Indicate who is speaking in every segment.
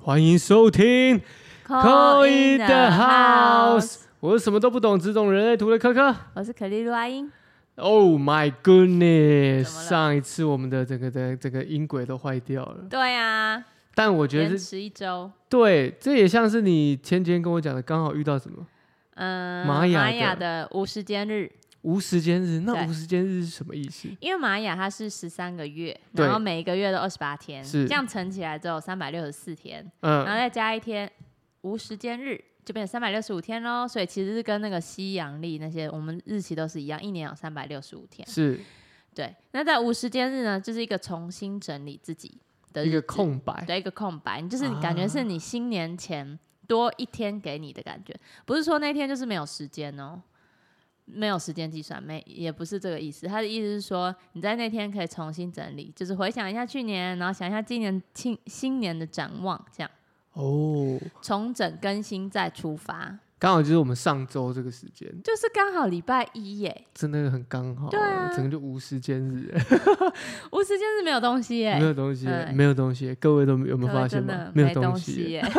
Speaker 1: 欢迎收听《
Speaker 2: Call in the house
Speaker 1: 我是什么都不懂，只懂人类图的科科。
Speaker 2: 我是可丽露阿英，
Speaker 1: Oh my goodness！
Speaker 2: 怎么了
Speaker 1: 上一次我们的整个的整个音轨都坏掉了，
Speaker 2: 对啊，
Speaker 1: 但我觉
Speaker 2: 延
Speaker 1: 得是
Speaker 2: 迟一周，
Speaker 1: 对，这也像是你前几天跟我讲的，刚好遇到什么
Speaker 2: 嗯，
Speaker 1: 玛雅的
Speaker 2: 的无时间日，
Speaker 1: 无时间日。那
Speaker 2: 对
Speaker 1: 无时间日是什么意思？
Speaker 2: 因为玛雅它是十三个月，
Speaker 1: 对
Speaker 2: 然后每一个月都二十八天，
Speaker 1: 是
Speaker 2: 这样乘起来只有三百六十四天，然后
Speaker 1: 嗯，
Speaker 2: 再加一天无时间日，就变成三百六十五天喽。所以其实是跟那个西洋历那些我们日期都是一样，一年有三百六十五天。
Speaker 1: 是
Speaker 2: 对，那在无时间日呢，就是一个重新整理自己的
Speaker 1: 一个
Speaker 2: 日子
Speaker 1: 空白。
Speaker 2: 对一个空白，你
Speaker 1: 啊
Speaker 2: 就是你感觉是你新年前多一天给你的感觉，不是说那天就是没有时间哦，没有时间计算，没也不是这个意思。他的意思是说你在那天可以重新整理，就是回想一下去年，然后想一下今年新新年的展望，这样
Speaker 1: 哦，
Speaker 2: 重整更新再出发，
Speaker 1: 刚好就是我们上周这个时间，
Speaker 2: 就是刚好礼拜一耶，
Speaker 1: 真的很刚好，
Speaker 2: 对啊
Speaker 1: 整个就无时间日。
Speaker 2: 无时间是没有东西耶，
Speaker 1: 没有东西，
Speaker 2: 嗯
Speaker 1: 没有东西，各位都有没有
Speaker 2: 各
Speaker 1: 发
Speaker 2: 位
Speaker 1: 现
Speaker 2: 真
Speaker 1: 吗
Speaker 2: 的？
Speaker 1: 没有
Speaker 2: 没东
Speaker 1: 西耶，
Speaker 2: 耶，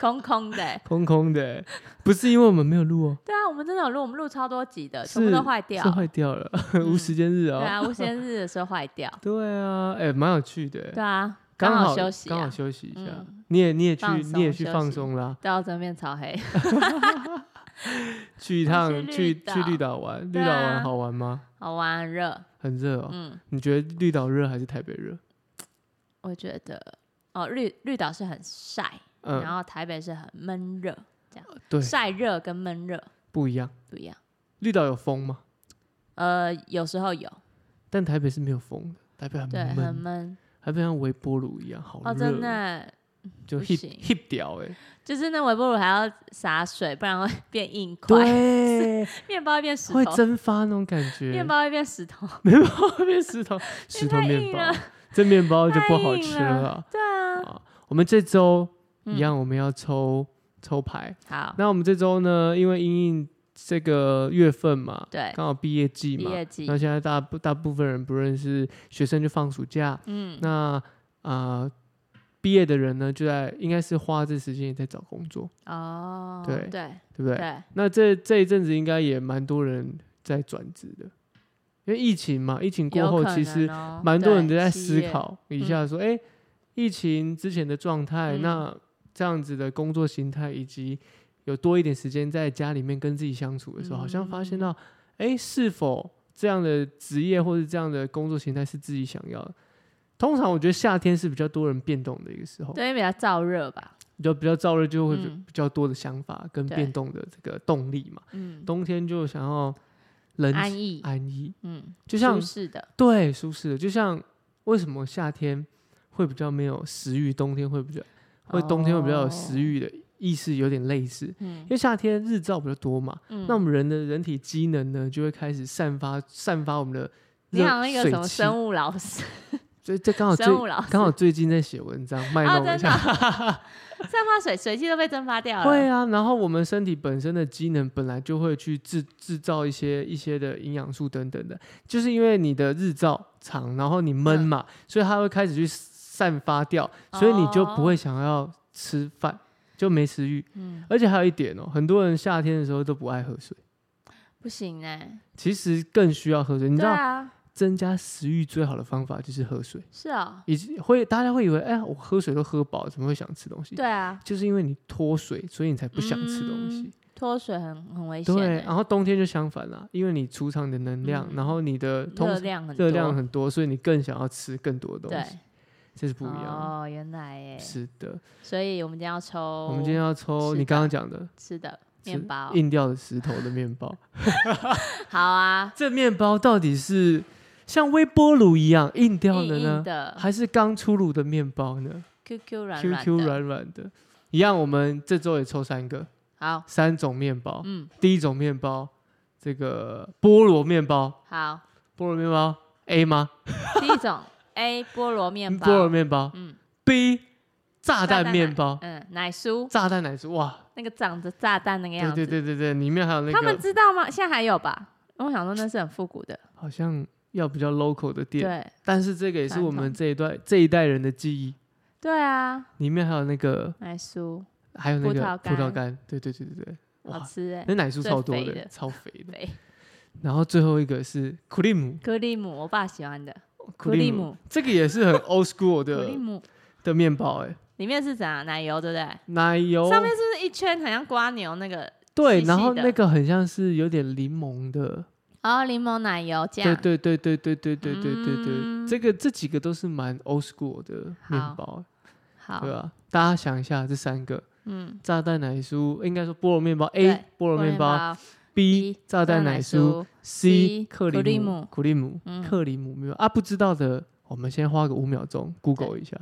Speaker 2: 空空的耶。
Speaker 1: 空空的耶，不是因为我们没有录哦，
Speaker 2: 对啊，我们真的有录，我们录超多集的，全部
Speaker 1: 是
Speaker 2: 都坏掉
Speaker 1: 是。坏掉了，无时间日
Speaker 2: 对
Speaker 1: 哦。
Speaker 2: 啊，无限日的时候坏 掉。
Speaker 1: 对啊，哎，蛮有趣的
Speaker 2: 对
Speaker 1: 耶，
Speaker 2: 啊，
Speaker 1: 刚
Speaker 2: 好
Speaker 1: 好
Speaker 2: 休息、
Speaker 1: 刚好
Speaker 2: 啊，
Speaker 1: 休息一下
Speaker 2: 嗯。
Speaker 1: 你也你也去
Speaker 2: 放松
Speaker 1: 你也去
Speaker 2: 休息
Speaker 1: 放松啦，
Speaker 2: 到这边超黑。
Speaker 1: 去一
Speaker 2: 我
Speaker 1: 趟
Speaker 2: 去绿
Speaker 1: 去
Speaker 2: 岛
Speaker 1: 去绿岛玩，绿
Speaker 2: 对
Speaker 1: 岛
Speaker 2: 啊
Speaker 1: 玩好玩吗？
Speaker 2: 好玩热，
Speaker 1: 很热哦，
Speaker 2: 嗯，
Speaker 1: 你觉得绿岛热还是台北热？
Speaker 2: 我觉得哦，绿绿岛是很晒，然
Speaker 1: 嗯，
Speaker 2: 后台北是很闷热，
Speaker 1: 对，
Speaker 2: 晒热跟闷热
Speaker 1: 不一样。
Speaker 2: 不一样。
Speaker 1: 绿岛有风吗？
Speaker 2: 呃，有时候有，
Speaker 1: 但台北是没有风的，台北很
Speaker 2: 对，很
Speaker 1: 闷，
Speaker 2: 闷
Speaker 1: 台北像微波炉一样，好热
Speaker 2: 哦，
Speaker 1: 哦，
Speaker 2: 真的，
Speaker 1: 就
Speaker 2: 不
Speaker 1: hip
Speaker 2: 行
Speaker 1: hip 掉哎。
Speaker 2: 就是那微波炉还要洒水，不然会 变硬块，
Speaker 1: 对，
Speaker 2: 面包会变石
Speaker 1: 会
Speaker 2: 头，
Speaker 1: 蒸发那种感觉。
Speaker 2: 面包会变石头，
Speaker 1: 面包变石 头，石头
Speaker 2: 太
Speaker 1: 面
Speaker 2: 硬
Speaker 1: 包
Speaker 2: 了，
Speaker 1: 这面包就不好
Speaker 2: 太硬
Speaker 1: 吃
Speaker 2: 了
Speaker 1: 了。
Speaker 2: 对啊，
Speaker 1: 啊，我们这周
Speaker 2: 嗯
Speaker 1: 一样，我们要抽抽牌。
Speaker 2: 好，
Speaker 1: 那我们这周呢，因为因应这个月份嘛，
Speaker 2: 对，
Speaker 1: 刚好毕业季
Speaker 2: 毕
Speaker 1: 嘛，
Speaker 2: 业季
Speaker 1: 那，现在大部大部分人不认识学生就放暑假，
Speaker 2: 嗯，
Speaker 1: 那啊。呃毕业的人呢，就在应该是花这时间也在找工作，
Speaker 2: 哦，
Speaker 1: 对
Speaker 2: 对
Speaker 1: 对不对？
Speaker 2: 对，
Speaker 1: 那这这一阵子应该也蛮多人在转职的，因为疫情嘛，疫情过
Speaker 2: 有
Speaker 1: 后
Speaker 2: 可
Speaker 1: 其
Speaker 2: 能
Speaker 1: 实
Speaker 2: 哦
Speaker 1: 蛮多人都
Speaker 2: 对
Speaker 1: 在
Speaker 2: 七
Speaker 1: 思
Speaker 2: 月
Speaker 1: 考一
Speaker 2: 嗯
Speaker 1: 下说，哎、疫情之前的状态，
Speaker 2: 嗯
Speaker 1: 那这样子的工作形态，以及有多一点时间在家里面跟自己相处的时候，好像发现
Speaker 2: 嗯
Speaker 1: 到，哎、是否这样的职业或者这样的工作形态是自己想要的？通常我觉得夏天是比较多人变动的一个时候，
Speaker 2: 对，因为比较燥热吧。
Speaker 1: 比较比较燥热，就会
Speaker 2: 嗯
Speaker 1: 比较多的想法跟
Speaker 2: 对
Speaker 1: 变动的这个动力嘛。
Speaker 2: 嗯，
Speaker 1: 冬天就想要冷
Speaker 2: 安逸，
Speaker 1: 安逸，
Speaker 2: 嗯，
Speaker 1: 就像
Speaker 2: 舒适的，
Speaker 1: 对舒适的，就像为什么夏天会比较没有食欲，冬天会比较会冬天会比较有食欲的意识有点类似，
Speaker 2: 哦嗯
Speaker 1: 因为夏天日照比较多嘛，
Speaker 2: 嗯
Speaker 1: 那我们人的人体机能呢就会开始散发散发我们的
Speaker 2: 你好像一
Speaker 1: 热水
Speaker 2: 个什么
Speaker 1: 气，
Speaker 2: 生物老师，
Speaker 1: 所以这 刚好最
Speaker 2: 生物 老师，
Speaker 1: 刚好最近在写文章卖
Speaker 2: 啊
Speaker 1: 弄一
Speaker 2: 真的
Speaker 1: 下，
Speaker 2: 散发水，水汽都被蒸发掉了。
Speaker 1: 会啊，然后我们身体本身的机能本来就会去制制造一些一些的营养素等等的，就是因为你的日照长，然后你闷
Speaker 2: 嗯
Speaker 1: 嘛，所以它会开始去散发掉，所以你就不会想要吃饭，就没食欲。
Speaker 2: 哦嗯，
Speaker 1: 而且还有一点哦，很多人夏天的时候都不爱喝水，
Speaker 2: 不行哎，
Speaker 1: 其实更需要喝水。你知
Speaker 2: 对
Speaker 1: 道、
Speaker 2: 啊，
Speaker 1: 增加食欲最好的方法就是喝水，
Speaker 2: 是哦，
Speaker 1: 以及会大家会以为，哎，我喝水都喝饱，怎么会想吃东西？
Speaker 2: 对啊，
Speaker 1: 就是因为你脱水，所以你才不想吃东西。
Speaker 2: 嗯脱水很很危险
Speaker 1: 对，哦
Speaker 2: 欸，
Speaker 1: 然后冬天就相反啦，因为你储藏你的能量，
Speaker 2: 嗯
Speaker 1: 然后你的通
Speaker 2: 热量很
Speaker 1: 热量
Speaker 2: 多
Speaker 1: 很多，所以你更想要吃更多的东
Speaker 2: 对
Speaker 1: 西，这是不一样的。
Speaker 2: 哦，原来耶，
Speaker 1: 是的，
Speaker 2: 所以我们今天要抽，
Speaker 1: 我们今天要抽
Speaker 2: 是
Speaker 1: 你
Speaker 2: 的
Speaker 1: 刚刚讲的
Speaker 2: 吃的
Speaker 1: 是
Speaker 2: 面包，
Speaker 1: 硬掉的石头的面包，
Speaker 2: 好啊，
Speaker 1: 这面包到底是像微波炉一样硬掉
Speaker 2: 硬
Speaker 1: 的呢
Speaker 2: 硬，的
Speaker 1: 还是刚出炉的面包呢
Speaker 2: ，QQ 软软
Speaker 1: ？QQ
Speaker 2: 的，
Speaker 1: 软软的，一样。我们这周也抽三个，
Speaker 2: 好，
Speaker 1: 三种面包。
Speaker 2: 嗯，
Speaker 1: 第一种面包，这个菠萝面包，
Speaker 2: 好，
Speaker 1: 菠萝面包 A 吗？
Speaker 2: 第一种 A 菠萝面
Speaker 1: 菠萝
Speaker 2: 包，
Speaker 1: 面包，
Speaker 2: 嗯
Speaker 1: B 炸弹面包，
Speaker 2: 嗯，奶酥，
Speaker 1: 炸弹奶酥，哇，
Speaker 2: 那个长着炸弹那个样
Speaker 1: 对
Speaker 2: 子。
Speaker 1: 对对对对，里面还有那
Speaker 2: 他们
Speaker 1: 个
Speaker 2: 知道吗？现在还有吧？我想说那是很复古的，
Speaker 1: 好像要比较 local 的店，
Speaker 2: 对
Speaker 1: 但是这个也是我
Speaker 2: 传
Speaker 1: 们
Speaker 2: 统
Speaker 1: 这一代这一代人的记忆，
Speaker 2: 对啊，
Speaker 1: 里面还有那个，
Speaker 2: 奶酥
Speaker 1: 还有那个
Speaker 2: 葡萄干
Speaker 1: 葡萄干，对对对对对，
Speaker 2: 好
Speaker 1: 哇，
Speaker 2: 吃哎、
Speaker 1: 那奶酥
Speaker 2: 最
Speaker 1: 超多
Speaker 2: 肥
Speaker 1: 的，
Speaker 2: 的
Speaker 1: 超肥的。
Speaker 2: 对，
Speaker 1: 然后最后一个是 cream
Speaker 2: 克利姆，我爸喜欢的
Speaker 1: cream，
Speaker 2: 姆，
Speaker 1: 这个也是很 old school
Speaker 2: 克利
Speaker 1: 的
Speaker 2: 姆
Speaker 1: 的面包，哎，
Speaker 2: 里面是啥？奶油对不对？
Speaker 1: 奶油
Speaker 2: 上面是不是一圈很像瓜牛那个？
Speaker 1: 对，
Speaker 2: 细
Speaker 1: 然
Speaker 2: 细
Speaker 1: 后
Speaker 2: 的
Speaker 1: 那个很像是有点柠檬的，
Speaker 2: 哦，柠檬奶油酱
Speaker 1: 对。对对对对对对对对对，
Speaker 2: 嗯
Speaker 1: 这个这几个都是蛮 old school 的面
Speaker 2: 好
Speaker 1: 包，
Speaker 2: 好
Speaker 1: 对，啊，大家想一下这三个：
Speaker 2: 嗯，
Speaker 1: 炸弹奶酥，应该说菠萝面包
Speaker 2: 对
Speaker 1: A 菠萝面包
Speaker 2: 包、
Speaker 1: ，B
Speaker 2: ，B，
Speaker 1: 炸弹奶酥，C
Speaker 2: C，
Speaker 1: 克里
Speaker 2: 克里
Speaker 1: 姆
Speaker 2: 姆
Speaker 1: 克里姆
Speaker 2: 嗯
Speaker 1: 克里姆没有啊？不知道的，我们先花个五秒钟 Google 一下，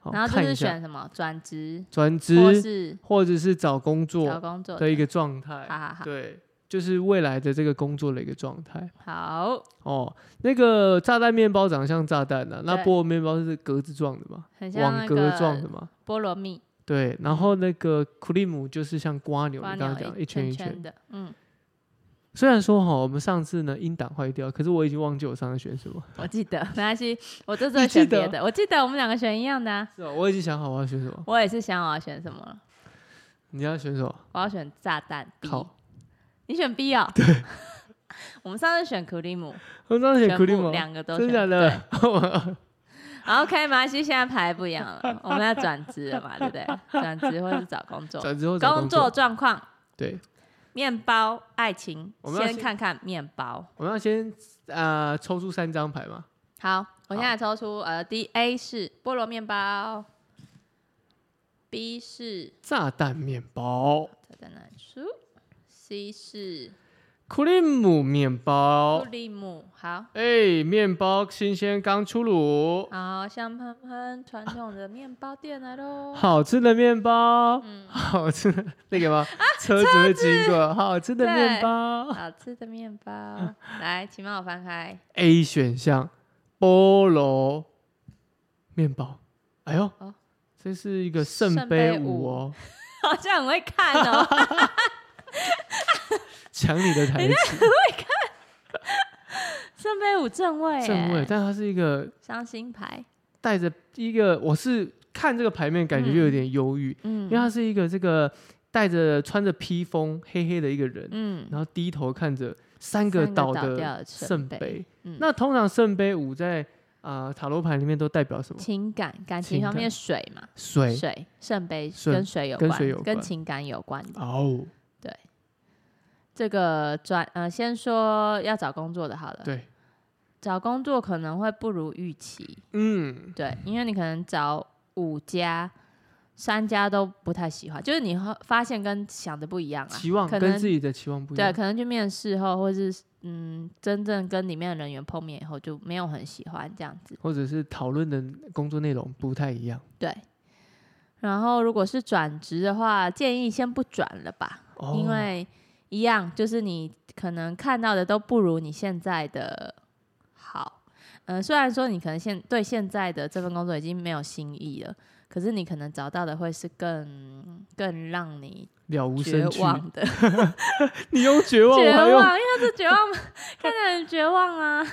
Speaker 1: 好
Speaker 2: 然后就
Speaker 1: 看一
Speaker 2: 是
Speaker 1: 下
Speaker 2: 选什么转职，
Speaker 1: 转
Speaker 2: 或
Speaker 1: 职
Speaker 2: 是
Speaker 1: 或者是找工
Speaker 2: 找
Speaker 1: 作
Speaker 2: 工作
Speaker 1: 的一，个状态，
Speaker 2: 好好好，
Speaker 1: 对，就是未来的这个工作的一个状态。
Speaker 2: 好，
Speaker 1: 哦，那个炸弹面包长得像炸弹啊，那
Speaker 2: 对
Speaker 1: 菠萝面包是格子状的嘛，
Speaker 2: 很像
Speaker 1: 网
Speaker 2: 那
Speaker 1: 格状的
Speaker 2: 个
Speaker 1: 嘛，
Speaker 2: 菠萝蜜，
Speaker 1: 对。然后那个库利姆就是像瓜牛，
Speaker 2: 瓜
Speaker 1: 你刚
Speaker 2: 牛
Speaker 1: 刚讲一
Speaker 2: 一
Speaker 1: 圈一
Speaker 2: 圈
Speaker 1: 圈。
Speaker 2: 的， 嗯，
Speaker 1: 虽然说哈，我们上次呢音档坏掉，可是我已经忘记我上次选什 么，
Speaker 2: 我 记得，没关系，我这次
Speaker 1: 你
Speaker 2: 会
Speaker 1: 记
Speaker 2: 选别
Speaker 1: 得
Speaker 2: 的，我记得我们两个选一样的啊，
Speaker 1: 是吧？我已经想好我要选什么。
Speaker 2: 我也是想我要选什么了，
Speaker 1: 你要选什么？
Speaker 2: 我要选炸弹 B，
Speaker 1: 好，
Speaker 2: 你选 B 哦， 我们上次选克里姆，
Speaker 1: 我当时选
Speaker 2: 全
Speaker 1: 库利
Speaker 2: 部
Speaker 1: 姆，
Speaker 2: 两个都
Speaker 1: 真
Speaker 2: 选
Speaker 1: 的假
Speaker 2: 对
Speaker 1: 的？
Speaker 2: 好，OK，马来西亚现在牌不一样了，我们要转职了嘛，对不 对？转职或是找工作，
Speaker 1: 转之后找
Speaker 2: 工作状况，
Speaker 1: 对，
Speaker 2: 面包爱情，
Speaker 1: 我们要
Speaker 2: 先
Speaker 1: 先
Speaker 2: 看看面包。
Speaker 1: 我们要先呃抽出三张牌嘛。
Speaker 2: 好，我现在抽出呃，D A 是菠萝面包，B 是
Speaker 1: 炸弹面包、
Speaker 2: 炸弹奶酥，C 是
Speaker 1: 库利姆面
Speaker 2: 布
Speaker 1: 包，
Speaker 2: 利姆。好，
Speaker 1: 哎、面包新鲜刚出炉，
Speaker 2: 好，香喷喷传统的面包店来喽。
Speaker 1: 好吃的面包，
Speaker 2: 嗯，
Speaker 1: 好吃的那个吗？车子会经过，好吃的面包。
Speaker 2: 好吃的面包， 来，请帮我翻开。
Speaker 1: A 选项菠萝面包，哎呦
Speaker 2: 哦，
Speaker 1: 这是一个圣
Speaker 2: 圣
Speaker 1: 杯
Speaker 2: 杯
Speaker 1: 五
Speaker 2: 五
Speaker 1: 哦，
Speaker 2: 好像很会看 哦，
Speaker 1: 抢你的台词，
Speaker 2: 圣杯五正位耶，
Speaker 1: 正位，但它是一个
Speaker 2: 伤心牌，
Speaker 1: 带着一个，我是看这个牌面感觉就有点忧郁，
Speaker 2: 嗯
Speaker 1: 因为他是一个这个带着穿着披风黑黑的一个人，
Speaker 2: 嗯，
Speaker 1: 然后低头看着三个
Speaker 2: 三个
Speaker 1: 岛
Speaker 2: 倒掉
Speaker 1: 的
Speaker 2: 的圣
Speaker 1: 圣
Speaker 2: 杯
Speaker 1: 杯。
Speaker 2: 嗯
Speaker 1: 那通常圣杯五在啊、呃塔罗牌里面都代表什么？
Speaker 2: 情感感
Speaker 1: 情
Speaker 2: 情方
Speaker 1: 感
Speaker 2: 面水嘛，
Speaker 1: 水。
Speaker 2: 水圣杯
Speaker 1: 水
Speaker 2: 跟水有
Speaker 1: 跟
Speaker 2: 关，
Speaker 1: 水有关
Speaker 2: 情感有关的。
Speaker 1: 哦，
Speaker 2: 这个转呃，先说要找工作的好了。
Speaker 1: 对，
Speaker 2: 找工作可能会不如预期，
Speaker 1: 嗯，
Speaker 2: 对，因为你可能找五家、三家都不太喜欢，就是你会发现跟想的不一样啊。
Speaker 1: 期望
Speaker 2: 可
Speaker 1: 跟
Speaker 2: 能
Speaker 1: 自己的期望不一
Speaker 2: 对，啊
Speaker 1: 样。
Speaker 2: 可能去面试后，或是嗯，真正跟里面的人员碰面以后，就没有很喜欢这样子。
Speaker 1: 或者是讨论的工作内容不太一样
Speaker 2: 对。然后，如果是转职的话，建议先不转了吧。
Speaker 1: 哦，
Speaker 2: 因为一样就是你可能看到的都不如你现在的好。嗯、虽然说你可能现对现在的这份工作已经没有新意了，可是你可能找到的会是更更让你
Speaker 1: 了无
Speaker 2: 绝
Speaker 1: 生趣，
Speaker 2: 望的
Speaker 1: 你用绝望，
Speaker 2: 绝
Speaker 1: 我还用
Speaker 2: 望，因为这绝望看起来很绝望啊，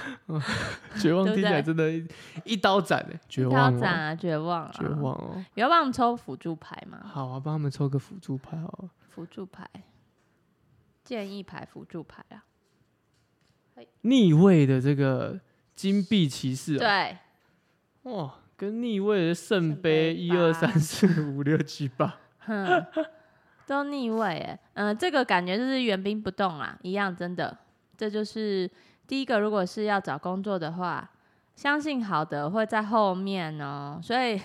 Speaker 1: 绝望，听
Speaker 2: 对不
Speaker 1: 起来
Speaker 2: 对
Speaker 1: 真的一，一刀斩哎，绝
Speaker 2: 腰
Speaker 1: 望
Speaker 2: 斩
Speaker 1: 哦，
Speaker 2: 啊，绝望啊，
Speaker 1: 绝望哦。
Speaker 2: 有要帮我们抽辅助牌吗？
Speaker 1: 好啊，帮他们抽个辅助牌好哦了。
Speaker 2: 辅助牌，建议牌，辅助牌啊，
Speaker 1: 逆位的这个金币骑士、啊，
Speaker 2: 对，
Speaker 1: 哇，哦跟逆位的圣
Speaker 2: 圣
Speaker 1: 杯
Speaker 2: 杯
Speaker 1: 一
Speaker 2: 八
Speaker 1: 二三四五六七八，
Speaker 2: 哼，都逆位哎，嗯、这个感觉就是原兵不动啊，一样真的。这就是第一个，如果是要找工作的话，相信好的会在后面哦，所以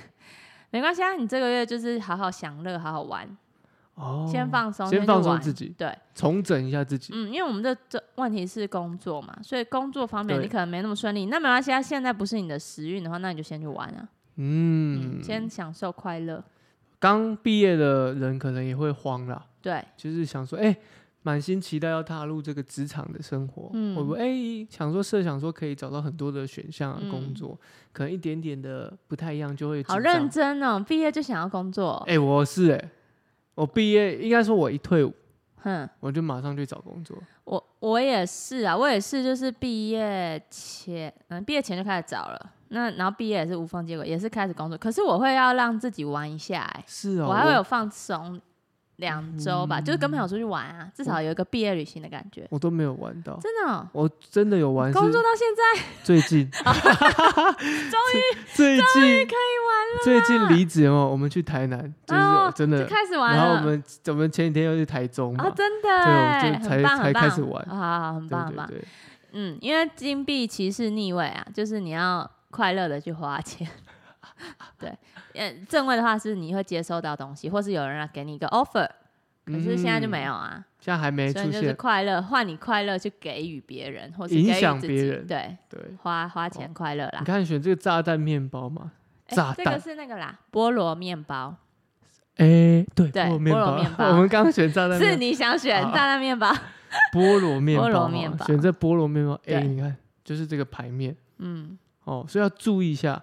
Speaker 2: 没关系啊，你这个月就是好好享乐，好好玩，
Speaker 1: 哦，
Speaker 2: 先放松，
Speaker 1: 先
Speaker 2: 去
Speaker 1: 放松
Speaker 2: 玩
Speaker 1: 自己，
Speaker 2: 对，
Speaker 1: 重整一下自己，
Speaker 2: 嗯，因为我们的这问题是工作嘛，所以工作方面
Speaker 1: 对
Speaker 2: 你可能没那么顺利，那没关系啊，现在不是你的时运的话，那你就先去玩啊，
Speaker 1: 嗯
Speaker 2: 嗯，，先享受快乐，
Speaker 1: 刚毕业的人可能也会慌啦，
Speaker 2: 对，
Speaker 1: 就是想说，哎、满心期待要踏入这个职场的生活，
Speaker 2: 嗯
Speaker 1: 我哎、想说设想说可以找到很多的选项啊，
Speaker 2: 嗯
Speaker 1: 工作、可能一点点的不太一样就会
Speaker 2: 好
Speaker 1: 紧张
Speaker 2: 认，真哦，毕业就想要工作，
Speaker 1: 哎、我是哎、我毕业应该说我一退伍
Speaker 2: 哼。
Speaker 1: 我就马上去找工作，
Speaker 2: 我我也是啊，我也是，就是毕业前，嗯，毕业前就开始找了，那然后毕业也是无缝接轨，也是开始工作。可是我会要让自己玩一下、欸，
Speaker 1: 是哦，
Speaker 2: 我还会有放松两周
Speaker 1: 嗯
Speaker 2: 吧，就是跟朋友出去玩啊，至少有一个毕业旅行的感觉。
Speaker 1: 我都没有玩到，
Speaker 2: 真的哦、
Speaker 1: 我真的有玩，是
Speaker 2: 工作到现在
Speaker 1: 最 近，
Speaker 2: 终于
Speaker 1: 最近
Speaker 2: 可以
Speaker 1: 最近离职哦，我们去台南，就是
Speaker 2: 哦
Speaker 1: 真
Speaker 2: 玩
Speaker 1: 的
Speaker 2: 了，就，开始玩
Speaker 1: 然后我
Speaker 2: 了。
Speaker 1: 们我们前几天又去台中
Speaker 2: 啊、
Speaker 1: 嘛，
Speaker 2: 真的
Speaker 1: 对
Speaker 2: 欸，
Speaker 1: 我就才
Speaker 2: 很棒，
Speaker 1: 才
Speaker 2: 很棒
Speaker 1: 开始玩
Speaker 2: 好好好很
Speaker 1: 对
Speaker 2: 棒，很
Speaker 1: 对
Speaker 2: 棒。
Speaker 1: 对，
Speaker 2: 嗯，因为金币骑士逆位啊，就是你要快乐的去花钱。 对，呃，正位的话是你会接收到东西，或是有人来给你一个 offer，可是现在就没
Speaker 1: 嗯，
Speaker 2: 有啊，
Speaker 1: 现在还没
Speaker 2: 所以
Speaker 1: 出
Speaker 2: 就是
Speaker 1: 现，
Speaker 2: 快乐，换你快乐去给予别人，或是给
Speaker 1: 影
Speaker 2: 予
Speaker 1: 响
Speaker 2: 自
Speaker 1: 别
Speaker 2: 己
Speaker 1: 人
Speaker 2: 对，
Speaker 1: 对，
Speaker 2: 花花钱快乐啦
Speaker 1: 你。看选这个炸弹面包嘛，
Speaker 2: 诶
Speaker 1: 炸
Speaker 2: 哎这
Speaker 1: 弹
Speaker 2: 个是那个啦，菠萝面包，
Speaker 1: 哎，对，
Speaker 2: 对
Speaker 1: 菠萝
Speaker 2: 菠萝
Speaker 1: 面
Speaker 2: 面
Speaker 1: 包，
Speaker 2: 包
Speaker 1: 我们刚刚选炸弹
Speaker 2: 是
Speaker 1: 面啊
Speaker 2: 你想选
Speaker 1: 好
Speaker 2: 炸弹面 包？
Speaker 1: 包，菠萝面
Speaker 2: 菠萝
Speaker 1: 包
Speaker 2: 面
Speaker 1: 嘛，
Speaker 2: 包
Speaker 1: 选这菠萝面包，哎，
Speaker 2: 对
Speaker 1: 你看就是这个牌面
Speaker 2: 嗯，
Speaker 1: 哦，所以要注意一下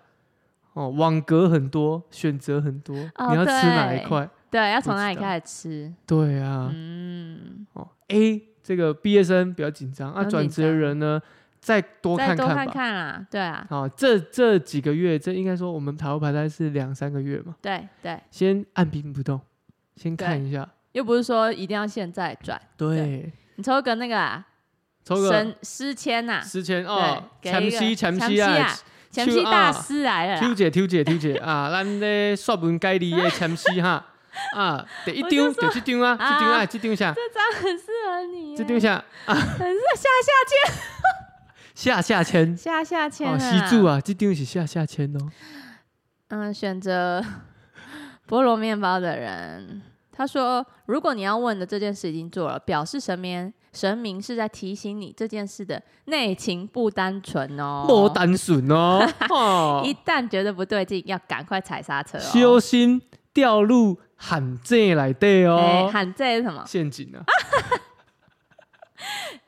Speaker 1: 哦，网格很多，选择很多，
Speaker 2: 哦
Speaker 1: 你要吃哪一
Speaker 2: 对
Speaker 1: 块？
Speaker 2: 对，要
Speaker 1: 不
Speaker 2: 从哪
Speaker 1: 知
Speaker 2: 里
Speaker 1: 道
Speaker 2: 开始吃？
Speaker 1: 对啊，
Speaker 2: 嗯，
Speaker 1: 哦，A 这个毕业生比较紧张，那
Speaker 2: 比较
Speaker 1: 转
Speaker 2: 紧
Speaker 1: 职的
Speaker 2: 张
Speaker 1: 人呢，再多
Speaker 2: 再
Speaker 1: 看
Speaker 2: 多
Speaker 1: 看吧。
Speaker 2: 看看啦，对啊，
Speaker 1: 好，这这几个月，这应该说我们塔罗牌单是两三个月嘛，
Speaker 2: 对对，
Speaker 1: 先按兵不动，先看一下。
Speaker 2: 又不是说一定要现在转，
Speaker 1: 对，
Speaker 2: 你抽个那个啊，
Speaker 1: 抽个
Speaker 2: 神诗签呐，
Speaker 1: 十千哦，
Speaker 2: 对，给
Speaker 1: 前
Speaker 2: 一个
Speaker 1: 期前
Speaker 2: 前
Speaker 1: 期啊
Speaker 2: 啊，前期大师来了
Speaker 1: ，Q
Speaker 2: 啦，
Speaker 1: 姐 Q 姐 Q 姐啊， 咱咧说文解字的前期哈啊，第一
Speaker 2: 我
Speaker 1: 张
Speaker 2: 就
Speaker 1: 就这张啊，这张啊，
Speaker 2: 啊
Speaker 1: 这张啥？
Speaker 2: 这张很适合啊你耶，
Speaker 1: 这张啥？
Speaker 2: 很适
Speaker 1: 下下签
Speaker 2: 下下签
Speaker 1: 哦，
Speaker 2: 啊，
Speaker 1: 习柱啊，这张是下下签哦。
Speaker 2: 嗯，选择 菠萝面包的人，他说：“如果你要问的这件事已经做了，表示神明神明是在提醒你这件事的内情不单纯哦。
Speaker 1: 莫单纯哦， 哦
Speaker 2: 一旦觉得不对劲，要赶快踩刹车
Speaker 1: 修
Speaker 2: 哦。
Speaker 1: 心掉入罕见来的
Speaker 2: 哎哦
Speaker 1: 哦，
Speaker 2: 喊这是什么？
Speaker 1: 陷阱啊！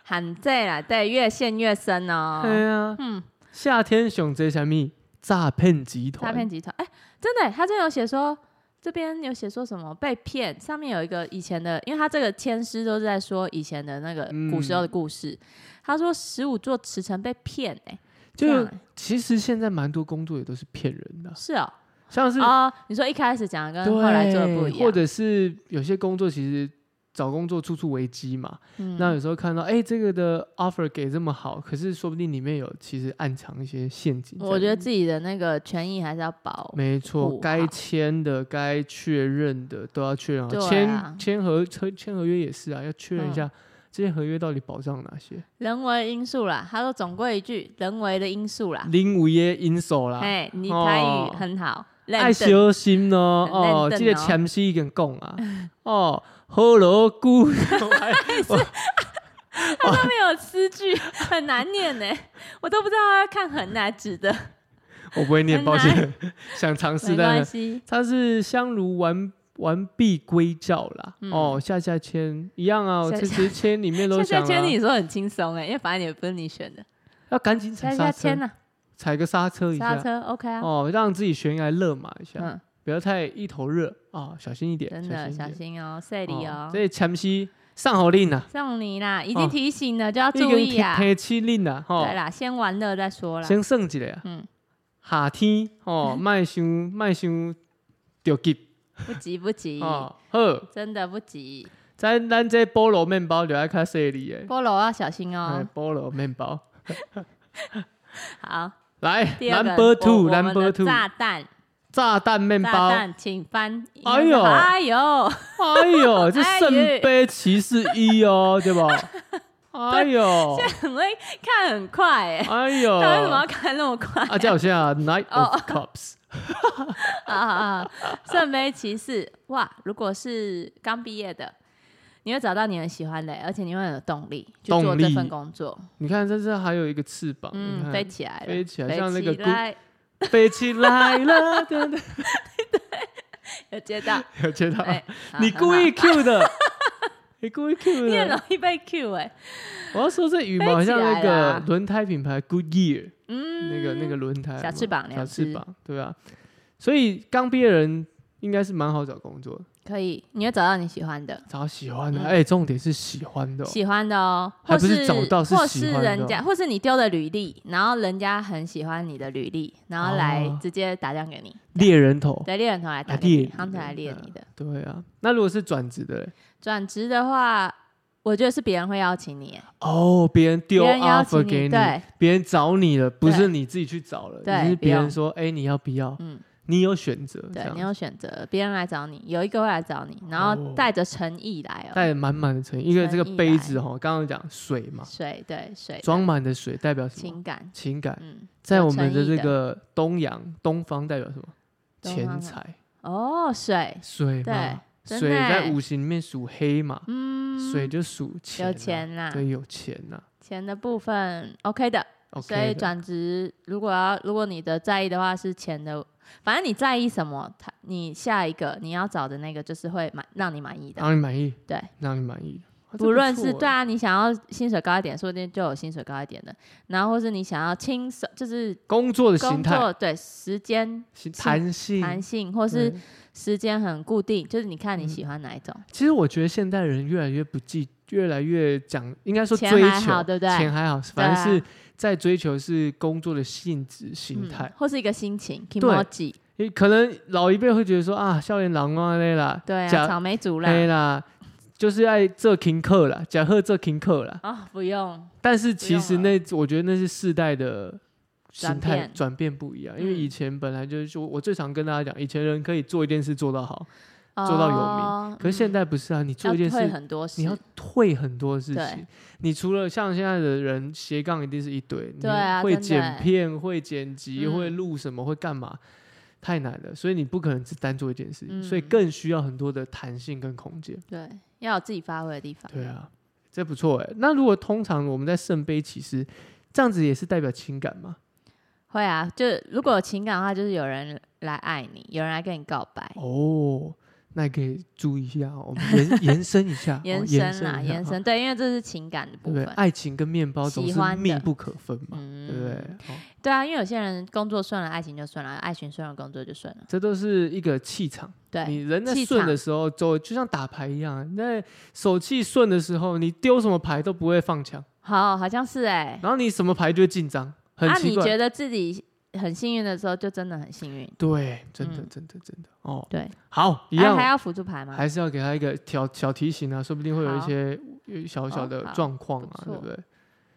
Speaker 2: 喊这啦，对，越陷越深哦。
Speaker 1: 对啊，
Speaker 2: 嗯，
Speaker 1: 夏天熊这啥咪诈骗集团，
Speaker 2: 诈骗集团，哎、真的耶，他这有写说，这边有写说什么被骗，上面有一个以前的，因为他这个签诗都是在说以前的那个
Speaker 1: 嗯
Speaker 2: 古时候的故事。他说十五座池城被骗、哎，这样
Speaker 1: 就
Speaker 2: 耶
Speaker 1: 其实现在蛮多工作也都是骗人的，
Speaker 2: 是哦，
Speaker 1: 像是
Speaker 2: 哦，你说一开始讲的跟后来做的不
Speaker 1: 对，
Speaker 2: 一样，
Speaker 1: 或者是有些工作其实。找工作处处危机嘛，
Speaker 2: 嗯
Speaker 1: 那有时候看到哎、这个的 offer 给这么好，可是说不定里面有其实暗藏一些陷阱在里面。
Speaker 2: 我觉得自己的那个权益还是要保。
Speaker 1: 没错，
Speaker 2: 不
Speaker 1: 该
Speaker 2: 好
Speaker 1: 签的、该确认的都要确认好。
Speaker 2: 对啊
Speaker 1: 签签合签签合约也是啊，要确认一
Speaker 2: 嗯
Speaker 1: 下这些合约到底保障哪些。
Speaker 2: 人为因素啦，他说总归一句，人为的因素啦。
Speaker 1: 零五耶因手啦，
Speaker 2: 哎，你台
Speaker 1: 嗯哦
Speaker 2: 语很好，
Speaker 1: 爱
Speaker 2: 认真
Speaker 1: 小心哦
Speaker 2: 很
Speaker 1: 哦，
Speaker 2: 认
Speaker 1: 这
Speaker 2: 真
Speaker 1: 个
Speaker 2: 哦
Speaker 1: 签诗已经讲啊，哦，好锣鼓，
Speaker 2: 他都没有诗句，很难念呢，我都不知道要看横哪指的。
Speaker 1: 我不会念，
Speaker 2: 很
Speaker 1: 抱
Speaker 2: 难
Speaker 1: 歉， 想尝试
Speaker 2: 没
Speaker 1: 但
Speaker 2: 关
Speaker 1: 是
Speaker 2: 系，
Speaker 1: 它是相如完完璧归赵啦。
Speaker 2: 嗯
Speaker 1: 哦，下下签一样啊，我
Speaker 2: 下
Speaker 1: 其实签里面都
Speaker 2: 下
Speaker 1: 想
Speaker 2: 下
Speaker 1: 啊
Speaker 2: 签你说很轻松哎，因为反正也不是你 选的。
Speaker 1: 要赶紧踩刹
Speaker 2: 下下
Speaker 1: 车
Speaker 2: 签，呐，
Speaker 1: 踩个刹车一
Speaker 2: 刹
Speaker 1: 啊下。
Speaker 2: 车 OK 啊，
Speaker 1: 哦，让自己悬崖勒马一下，
Speaker 2: 嗯，
Speaker 1: 不要太一头热啊、小心一点，
Speaker 2: 真的
Speaker 1: 小
Speaker 2: 小
Speaker 1: 心一
Speaker 2: 心哦，赛
Speaker 1: 点
Speaker 2: 里
Speaker 1: 哦
Speaker 2: 哦
Speaker 1: 所，以前期上好令啊，
Speaker 2: 送你啦，已
Speaker 1: 哦
Speaker 2: 经提醒了就要
Speaker 1: 已
Speaker 2: 注
Speaker 1: 经
Speaker 2: 意
Speaker 1: 天
Speaker 2: 啊。
Speaker 1: 天气令啊，吼、
Speaker 2: 对啦，先玩乐再说啦。
Speaker 1: 先算一下啊，
Speaker 2: 嗯，
Speaker 1: 夏天 哦，卖伤卖伤着急
Speaker 2: 不急不急，
Speaker 1: 哦，好，
Speaker 2: 真的不急。
Speaker 1: 咱咱这菠萝面包就要较细腻的，
Speaker 2: 菠萝要小心
Speaker 1: 哎
Speaker 2: 哦。
Speaker 1: 菠萝面包，
Speaker 2: 好，
Speaker 1: 来
Speaker 2: 第二个
Speaker 1: 哎 number
Speaker 2: 我
Speaker 1: two
Speaker 2: 我们的
Speaker 1: number two
Speaker 2: 炸弹，
Speaker 1: 炸弹面
Speaker 2: 炸
Speaker 1: 包，
Speaker 2: 弹，请翻译。
Speaker 1: 哎呦
Speaker 2: 哎呦，
Speaker 1: 哎呦，这
Speaker 2: 哎
Speaker 1: 圣
Speaker 2: 呦
Speaker 1: 杯骑士一哦，对吧？ 哎呦，
Speaker 2: 很会看，很快哎。
Speaker 1: 哎呦，
Speaker 2: 他为什么要哦看那么快？
Speaker 1: 啊，叫一下 Night of Cups，
Speaker 2: 啊啊！啊圣杯骑士，哇！如果是刚毕业的，你会找到你很喜欢的，而且你会很有动力去做
Speaker 1: 动力
Speaker 2: 这份工作。
Speaker 1: 你看这是还有一个翅膀，你
Speaker 2: 嗯，
Speaker 1: 看
Speaker 2: 飞起来了，哎
Speaker 1: 飞起来
Speaker 2: 飞
Speaker 1: 像那个
Speaker 2: 起来
Speaker 1: 飞起来了，对对，
Speaker 2: 有接到？
Speaker 1: 有接到？
Speaker 2: 哎，好
Speaker 1: 你故意 Q 的，你故意 Q
Speaker 2: 很好你很
Speaker 1: 的。
Speaker 2: 容易被 Q 哎，
Speaker 1: 我要说这羽毛
Speaker 2: 飞起
Speaker 1: 像
Speaker 2: 来
Speaker 1: 那个
Speaker 2: 啦
Speaker 1: 轮胎品牌 Goodyear
Speaker 2: 嗯，
Speaker 1: 那个那个轮胎嘛，
Speaker 2: 小翅膀
Speaker 1: 小
Speaker 2: 两
Speaker 1: 翅啊
Speaker 2: 只
Speaker 1: 膀，对吧？所以刚毕业人应该是蛮好找工作的，
Speaker 2: 可以，你会找到你喜欢的，
Speaker 1: 找喜欢的，
Speaker 2: 嗯
Speaker 1: 哎、重点是喜欢的哦、
Speaker 2: 喜欢的哦，
Speaker 1: 还
Speaker 2: 或
Speaker 1: 不是
Speaker 2: 是
Speaker 1: 找到是
Speaker 2: 或
Speaker 1: 喜
Speaker 2: 是
Speaker 1: 欢的哦
Speaker 2: 人家，或是你丢的履历，然后人家很喜欢你的履历，然后来
Speaker 1: 哦
Speaker 2: 直接打电话给你，
Speaker 1: 猎人头，
Speaker 2: 对，猎人头来打
Speaker 1: 来
Speaker 2: 给
Speaker 1: 猎
Speaker 2: 你，
Speaker 1: 你
Speaker 2: 他们
Speaker 1: 的
Speaker 2: 来猎
Speaker 1: 嗯
Speaker 2: 你的。
Speaker 1: 对啊。那如果是转职的嘞，
Speaker 2: 转职的话，我觉得是别人会邀请你耶，
Speaker 1: 哦，别人丢
Speaker 2: 别人邀
Speaker 1: offer
Speaker 2: 请
Speaker 1: 给你，嗯
Speaker 2: 对，
Speaker 1: 别人找你了，不是
Speaker 2: 对
Speaker 1: 你自己去找了，
Speaker 2: 对
Speaker 1: 你是别
Speaker 2: 不
Speaker 1: 人
Speaker 2: 用
Speaker 1: 说，哎、你要不要？
Speaker 2: 嗯，
Speaker 1: 你有选择，这
Speaker 2: 对，
Speaker 1: 样
Speaker 2: 你有选择，别人来找你，有一个会来找你，然
Speaker 1: 哦
Speaker 2: 后带着诚意来哦，
Speaker 1: 带着满满的诚意，因为这个
Speaker 2: 诚意
Speaker 1: 杯
Speaker 2: 来
Speaker 1: 子哈，刚刚讲水嘛，
Speaker 2: 水对水的
Speaker 1: 装满的水代表什么？
Speaker 2: 情感，
Speaker 1: 情感，
Speaker 2: 嗯，
Speaker 1: 在
Speaker 2: 有
Speaker 1: 我们
Speaker 2: 诚
Speaker 1: 的
Speaker 2: 意
Speaker 1: 这
Speaker 2: 的
Speaker 1: 个东洋东方代表什么？
Speaker 2: 东
Speaker 1: 钱
Speaker 2: 方
Speaker 1: 财，
Speaker 2: 哦，水，
Speaker 1: 水嘛，
Speaker 2: 对
Speaker 1: 水
Speaker 2: 真的
Speaker 1: 在
Speaker 2: 欸
Speaker 1: 五行里面属黑嘛，
Speaker 2: 嗯，
Speaker 1: 水就属钱，啊
Speaker 2: 有，钱啊啦，
Speaker 1: 对，有钱呐。
Speaker 2: 钱的部分 OK 的，所以
Speaker 1: OK，的
Speaker 2: 转职如果要如果你的在意的话是钱的，反正你在意什么，他你下一个你要找的那个就是会满让你满意的，
Speaker 1: 让你满意，
Speaker 2: 对，
Speaker 1: 让你满意。啊这
Speaker 2: 不论是
Speaker 1: 错
Speaker 2: 对
Speaker 1: 欸
Speaker 2: 啊，你想要薪水高一点，说不定就有薪水高一点的，然后或是你想要轻松，就是
Speaker 1: 工作的形
Speaker 2: 工
Speaker 1: 态、
Speaker 2: 作对时间
Speaker 1: 形弹性，
Speaker 2: 弹性，或是
Speaker 1: 对
Speaker 2: 时间很固定，就是你看你
Speaker 1: 嗯
Speaker 2: 喜欢哪一种，
Speaker 1: 其实我觉得现代人越来越不计，越来越讲，应该说
Speaker 2: 钱
Speaker 1: 追
Speaker 2: 还
Speaker 1: 求
Speaker 2: 好对不对
Speaker 1: 钱还好，反正
Speaker 2: 对啊
Speaker 1: 是在追求是工作的性质、心
Speaker 2: 嗯
Speaker 1: 态。，
Speaker 2: 或是一个心情 k i m o j i
Speaker 1: 因为可能老一辈会觉得说啊，少年郎啊嘞啦，
Speaker 2: 对啊，
Speaker 1: 假哎
Speaker 2: 草莓族啦，
Speaker 1: 嘿啦，就是爱这停课啦，假贺这停课啦。
Speaker 2: 啊、不用，
Speaker 1: 但是其实
Speaker 2: 不啊
Speaker 1: 那我觉得那是世代的心
Speaker 2: 转
Speaker 1: 态
Speaker 2: 变
Speaker 1: 转变不一样，因为
Speaker 2: 嗯
Speaker 1: 以前本来就是说，我最常跟大家讲，以前人可以做一件事做到好，做到有名
Speaker 2: 哦
Speaker 1: 可是现
Speaker 2: 嗯
Speaker 1: 在不是啊，你做一件
Speaker 2: 要退
Speaker 1: 事
Speaker 2: 很多事，
Speaker 1: 你要退很多事情
Speaker 2: 对。
Speaker 1: 你除了像现在的人斜杠一定是一堆，你
Speaker 2: 对啊
Speaker 1: 会
Speaker 2: 真的
Speaker 1: 剪
Speaker 2: 欸
Speaker 1: 片、会剪辑、
Speaker 2: 嗯
Speaker 1: 会录什么、会干嘛，太难了。所以你不可能只单做一件事情，所以
Speaker 2: 嗯
Speaker 1: 更需要很多的弹性跟空间。
Speaker 2: 对，要有自己发挥的地方。
Speaker 1: 对啊，这不错哎、那如果通常我们在圣杯骑士这样子也是代表情感嘛？
Speaker 2: 会啊，就如果有情感的话，就是有人来爱你，有人来跟你告白，
Speaker 1: 哦，那可以注意一下哦，我们延延伸一 下，哦
Speaker 2: 延
Speaker 1: 伸
Speaker 2: 伸啦，
Speaker 1: 一下
Speaker 2: 延
Speaker 1: 哦
Speaker 2: 伸，对，因为这是情感的
Speaker 1: 对
Speaker 2: 部
Speaker 1: 不对？
Speaker 2: 分。
Speaker 1: 爱情跟面包总
Speaker 2: 喜
Speaker 1: 是
Speaker 2: 欢的
Speaker 1: 密不可分嘛，对不对
Speaker 2: 嗯，？
Speaker 1: 哦
Speaker 2: 对啊，因为有些人工作顺了，爱情就顺了；爱情顺了，工作就顺了。
Speaker 1: 这都是一个气场。你
Speaker 2: 对，
Speaker 1: 人在
Speaker 2: 气
Speaker 1: 顺
Speaker 2: 场
Speaker 1: 的时候，走就像打牌一样，那手气顺的时候，你丢什么牌都不会放枪，
Speaker 2: 好，好像是哎、
Speaker 1: 然后你什么牌就会进张，很
Speaker 2: 啊，
Speaker 1: 奇
Speaker 2: 你
Speaker 1: 怪。
Speaker 2: 觉得自己很幸运的时候，就真的很幸运。
Speaker 1: 对，真的，
Speaker 2: 嗯
Speaker 1: 真的，真的，哦，
Speaker 2: 对，
Speaker 1: 好，一
Speaker 2: 哎、还
Speaker 1: 样，哦
Speaker 2: 要辅助牌吗？
Speaker 1: 还是要给他一个小小提醒啊，说不定会有一
Speaker 2: 好
Speaker 1: 些有小小
Speaker 2: 哦
Speaker 1: 的
Speaker 2: 好
Speaker 1: 状况啊，对
Speaker 2: 不错
Speaker 1: 不对？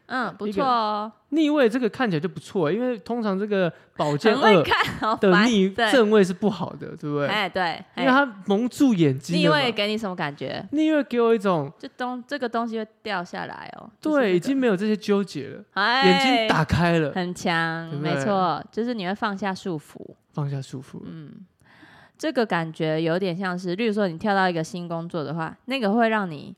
Speaker 2: 嗯，不
Speaker 1: 一个
Speaker 2: 错哦，
Speaker 1: 逆位这个看起来就不错，因为通常这个宝剑
Speaker 2: 很会
Speaker 1: 二
Speaker 2: 看，好
Speaker 1: 的
Speaker 2: 烦。
Speaker 1: 逆
Speaker 2: 对
Speaker 1: 正位是不好的，对不对？
Speaker 2: 哎，对，
Speaker 1: 因为
Speaker 2: 哎
Speaker 1: 它蒙住眼睛
Speaker 2: 逆
Speaker 1: 了嘛。
Speaker 2: 位给你什么感觉？
Speaker 1: 逆位给我一种
Speaker 2: 这东这个东西会掉下来哦。就是
Speaker 1: 对，已
Speaker 2: 这个
Speaker 1: 经没有这些纠结了，
Speaker 2: 哎
Speaker 1: 眼睛打开了，
Speaker 2: 很
Speaker 1: 对
Speaker 2: 强，
Speaker 1: 不
Speaker 2: 没
Speaker 1: 对
Speaker 2: 错，就是你会放下束缚，
Speaker 1: 放下束缚了。
Speaker 2: 嗯，这个感觉有点像是，例如说你跳到一个新工作的话，那个会让你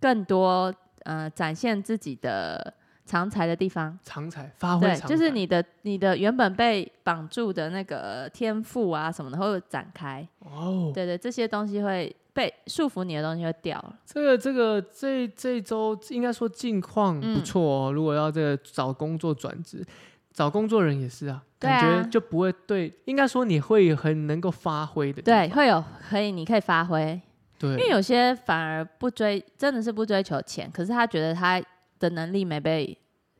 Speaker 2: 更多呃展现自己的长才的地方。
Speaker 1: 长才发挥
Speaker 2: 对，
Speaker 1: 长才，
Speaker 2: 就是你的你的原本被绑住的那个天赋啊什么的会展开，
Speaker 1: 哦。
Speaker 2: 对对，这些东西会被束缚你的东西会掉了。
Speaker 1: 这个这个这这一周应该说近况不
Speaker 2: 嗯
Speaker 1: 错哦。如果要这个找工作转职，找工作人也是啊，
Speaker 2: 对
Speaker 1: 感
Speaker 2: 啊
Speaker 1: 觉就不会对，应该说你会很能够发挥的地
Speaker 2: 对，
Speaker 1: 方。
Speaker 2: 会有可以，你可以发挥，因为
Speaker 1: 对
Speaker 2: 有些反而不追，真的是不追求钱，可是他觉得他的能力没被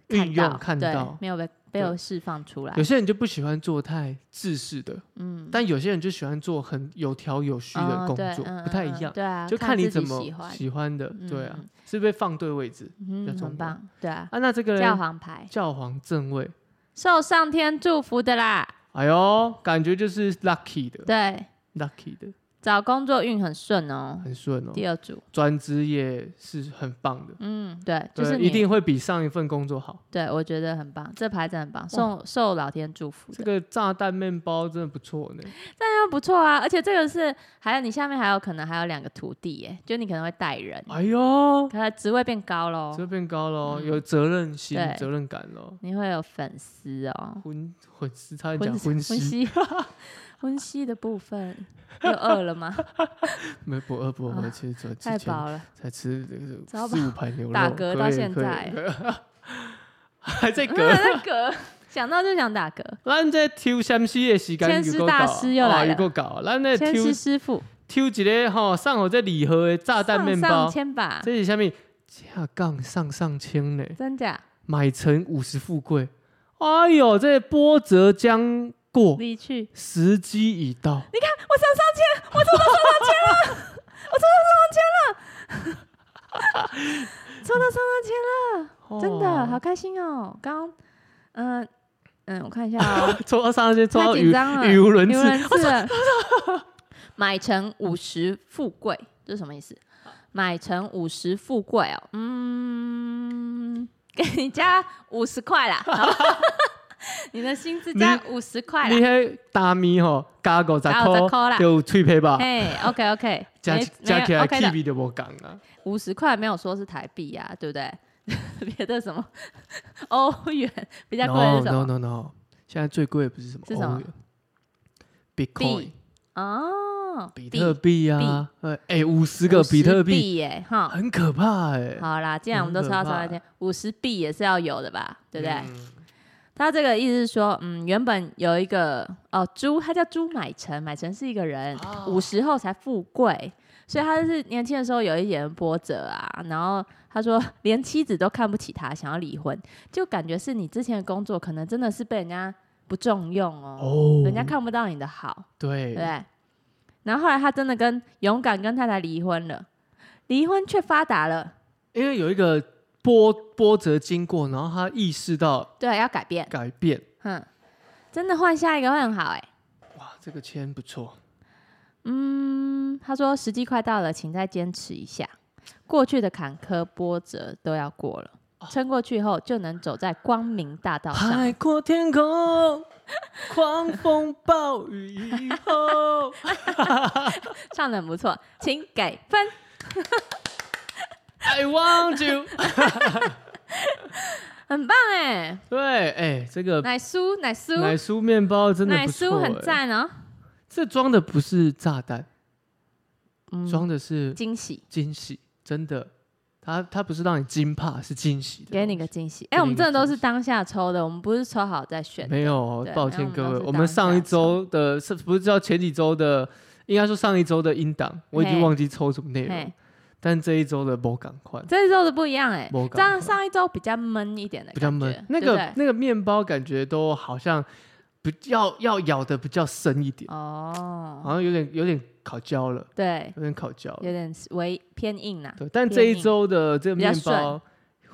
Speaker 2: 看
Speaker 1: 运用看
Speaker 2: 对
Speaker 1: 到，
Speaker 2: 没有被
Speaker 1: 对
Speaker 2: 被我释放出来
Speaker 1: 有。些人就不喜欢做太自私的，
Speaker 2: 嗯，
Speaker 1: 但有些人就喜欢做很有条有序的
Speaker 2: 哦
Speaker 1: 工
Speaker 2: 对
Speaker 1: 作，
Speaker 2: 嗯
Speaker 1: 不太
Speaker 2: 嗯
Speaker 1: 一
Speaker 2: 嗯
Speaker 1: 样。
Speaker 2: 对啊，
Speaker 1: 就看
Speaker 2: 看
Speaker 1: 你
Speaker 2: 自己
Speaker 1: 怎么
Speaker 2: 喜欢，
Speaker 1: 喜欢的，对啊
Speaker 2: 嗯嗯，
Speaker 1: 是被放对位置较
Speaker 2: 嗯，
Speaker 1: 重要
Speaker 2: 很棒，对啊，
Speaker 1: 啊。那这个人
Speaker 2: 教皇牌，
Speaker 1: 教皇正位，
Speaker 2: 受上天祝福的啦，
Speaker 1: 哎呦，感觉就是 lucky 的
Speaker 2: 对，
Speaker 1: ，lucky 的，
Speaker 2: 找工作运很顺哦，
Speaker 1: 很顺哦。
Speaker 2: 第二组，
Speaker 1: 转职也是很棒的，
Speaker 2: 嗯，对，
Speaker 1: 对，
Speaker 2: 就是
Speaker 1: 一
Speaker 2: 你，
Speaker 1: 定会比上一份工作好。
Speaker 2: 对我觉得很棒，这牌子很棒，受受老天祝福
Speaker 1: 这
Speaker 2: 的，
Speaker 1: 个炸弹面包真的不错呢，
Speaker 2: 那不错啊，而且这个是还有你下面还有可能还有两个徒弟耶，就你可能会带人，
Speaker 1: 哎呦，
Speaker 2: 可能职位变高喽，
Speaker 1: 这变高喽，
Speaker 2: 嗯
Speaker 1: 有责任心、
Speaker 2: 对
Speaker 1: 责任感喽。
Speaker 2: 你会有粉丝哦，
Speaker 1: 婚婚是差点讲婚
Speaker 2: 婚
Speaker 1: 夕，
Speaker 2: 息 婚息的部分又饿了吗？
Speaker 1: 没不饿不
Speaker 2: 啊
Speaker 1: 饿，其实昨
Speaker 2: 太
Speaker 1: 之前
Speaker 2: 饱了，
Speaker 1: 才吃这
Speaker 2: 糟
Speaker 1: 个
Speaker 2: 吧
Speaker 1: 四五盘牛肉，
Speaker 2: 打嗝到
Speaker 1: 可以
Speaker 2: 现，在
Speaker 1: 可以可以还在嗝。
Speaker 2: 那个想到就想打嗝。
Speaker 1: 咱这抽三思的时间
Speaker 2: 千
Speaker 1: 又
Speaker 2: 师
Speaker 1: 够
Speaker 2: 大
Speaker 1: 到
Speaker 2: 师又来
Speaker 1: 哦
Speaker 2: 了
Speaker 1: 又够搞。咱咧抽
Speaker 2: 千师师傅，
Speaker 1: 抽一个吼，上好这礼盒的炸弹面
Speaker 2: 上
Speaker 1: 包
Speaker 2: 上，千吧，
Speaker 1: 这是下面价杠上上千呢，
Speaker 2: 真假？
Speaker 1: 买成五十富贵。哎呦，这波折将过，
Speaker 2: 离去，
Speaker 1: 时机已到。
Speaker 2: 我上上千，我抽到上上千了，我抽到上上千了，抽到上上千了，真的好
Speaker 1: 哦，
Speaker 2: 开心哦！刚，嗯、嗯，我看一下 哦，
Speaker 1: 抽到上上千，抽
Speaker 2: 太
Speaker 1: 到
Speaker 2: 紧
Speaker 1: 语
Speaker 2: 张了，
Speaker 1: 语无伦
Speaker 2: 语无
Speaker 1: 次。
Speaker 2: 伦次了。 买成五十富贵，这是什么意思？买成五十富贵哦，嗯， 给你加五十块啦，好 吧你的薪资加五十块
Speaker 1: 你
Speaker 2: 啦。
Speaker 1: 迄大米吼，加五十
Speaker 2: 加50块
Speaker 1: 块
Speaker 2: 啦
Speaker 1: 就有脆皮吧，
Speaker 2: 哎，OK OK，
Speaker 1: 啊加
Speaker 2: 没
Speaker 1: 加起
Speaker 2: 没有
Speaker 1: 来
Speaker 2: OK 的
Speaker 1: K B 就无共啊。
Speaker 2: 五十块没有说是台币呀、对不对？ 别的什么 欧元比较贵是
Speaker 1: No no
Speaker 2: 什
Speaker 1: no
Speaker 2: 么？
Speaker 1: no，现在最贵的不是什么
Speaker 2: 是什么
Speaker 1: 欧元，Bitcoin
Speaker 2: 币哦，
Speaker 1: 比特币啊，呃哎五十个比特币
Speaker 2: 币哎哈，
Speaker 1: 很可怕哎，
Speaker 2: 好啦，既然我们都抽到上
Speaker 1: 很
Speaker 2: 一
Speaker 1: 可
Speaker 2: 千，五十币也是要有的吧，对不对？
Speaker 1: 嗯？
Speaker 2: 他这个意思是说，嗯，原本有一个哦朱，他叫朱买臣，买臣是一个人，
Speaker 1: 哦
Speaker 2: 五十、后才富贵，所以他是年轻的时候有一点波折啊。然后他说，连妻子都看不起他，想要离婚，就感觉是你之前的工作可能真的是被人家不重用哦，
Speaker 1: 哦，
Speaker 2: 人家看不到你的好，
Speaker 1: 对
Speaker 2: 对不，对？然后后来他真的跟勇敢跟太太离婚了，离婚却发达了，
Speaker 1: 因为有一个波波折经过，然后他意识到
Speaker 2: 对，要改变，
Speaker 1: 改变，
Speaker 2: 哼，真的换下一个会很好哎、
Speaker 1: 哇，这个签不错，
Speaker 2: 嗯，他说时机快到了，请再坚持一下，过去的坎坷波折都要过了，
Speaker 1: 哦
Speaker 2: 撑过去后就能走在光明大道上。
Speaker 1: 海阔天空，狂风暴雨以 后，
Speaker 2: 唱的很不错，请给分。
Speaker 1: I want you。
Speaker 2: 很棒哎、
Speaker 1: 对，哎，这个
Speaker 2: 奶酥奶
Speaker 1: 奶
Speaker 2: 酥
Speaker 1: 酥面包真的
Speaker 2: 奶
Speaker 1: 不
Speaker 2: 酥
Speaker 1: 错，
Speaker 2: 很
Speaker 1: 哎。
Speaker 2: 赞哦，
Speaker 1: 这装的不是炸弹，
Speaker 2: 嗯，
Speaker 1: 装的是
Speaker 2: 惊喜，
Speaker 1: 惊喜，真的。它它不是让你惊怕，是惊喜的。
Speaker 2: 给你个惊喜。
Speaker 1: 给
Speaker 2: 哎、
Speaker 1: 你
Speaker 2: 我们真的
Speaker 1: 个
Speaker 2: 都
Speaker 1: 惊
Speaker 2: 是当下抽的，我们不是抽好再选。
Speaker 1: 没有哦
Speaker 2: 对，
Speaker 1: 抱
Speaker 2: 没有
Speaker 1: 歉
Speaker 2: 我
Speaker 1: 各
Speaker 2: 们
Speaker 1: 位
Speaker 2: 都，是
Speaker 1: 我们
Speaker 2: 当
Speaker 1: 上一
Speaker 2: 下
Speaker 1: 周的是不是叫前几周的，应该说上一周的音档，我已经
Speaker 2: 嘿
Speaker 1: 忘记抽什么内容
Speaker 2: 嘿，，
Speaker 1: 但这一周的某赶快
Speaker 2: 这一周的不一样哎、
Speaker 1: 没感
Speaker 2: 这样
Speaker 1: 觉
Speaker 2: 上一周比较闷一点的
Speaker 1: 比较
Speaker 2: 感觉，
Speaker 1: 闷，那
Speaker 2: 对不
Speaker 1: 个那个面包感觉都好像比较要咬的比较深一点
Speaker 2: 对，哦，
Speaker 1: 好像有点有点烤焦了，
Speaker 2: 对，
Speaker 1: 有点烤焦了
Speaker 2: 有。点微偏硬啊啦、
Speaker 1: 对，但这一
Speaker 2: 偏硬
Speaker 1: 周的这个
Speaker 2: 比较
Speaker 1: 面包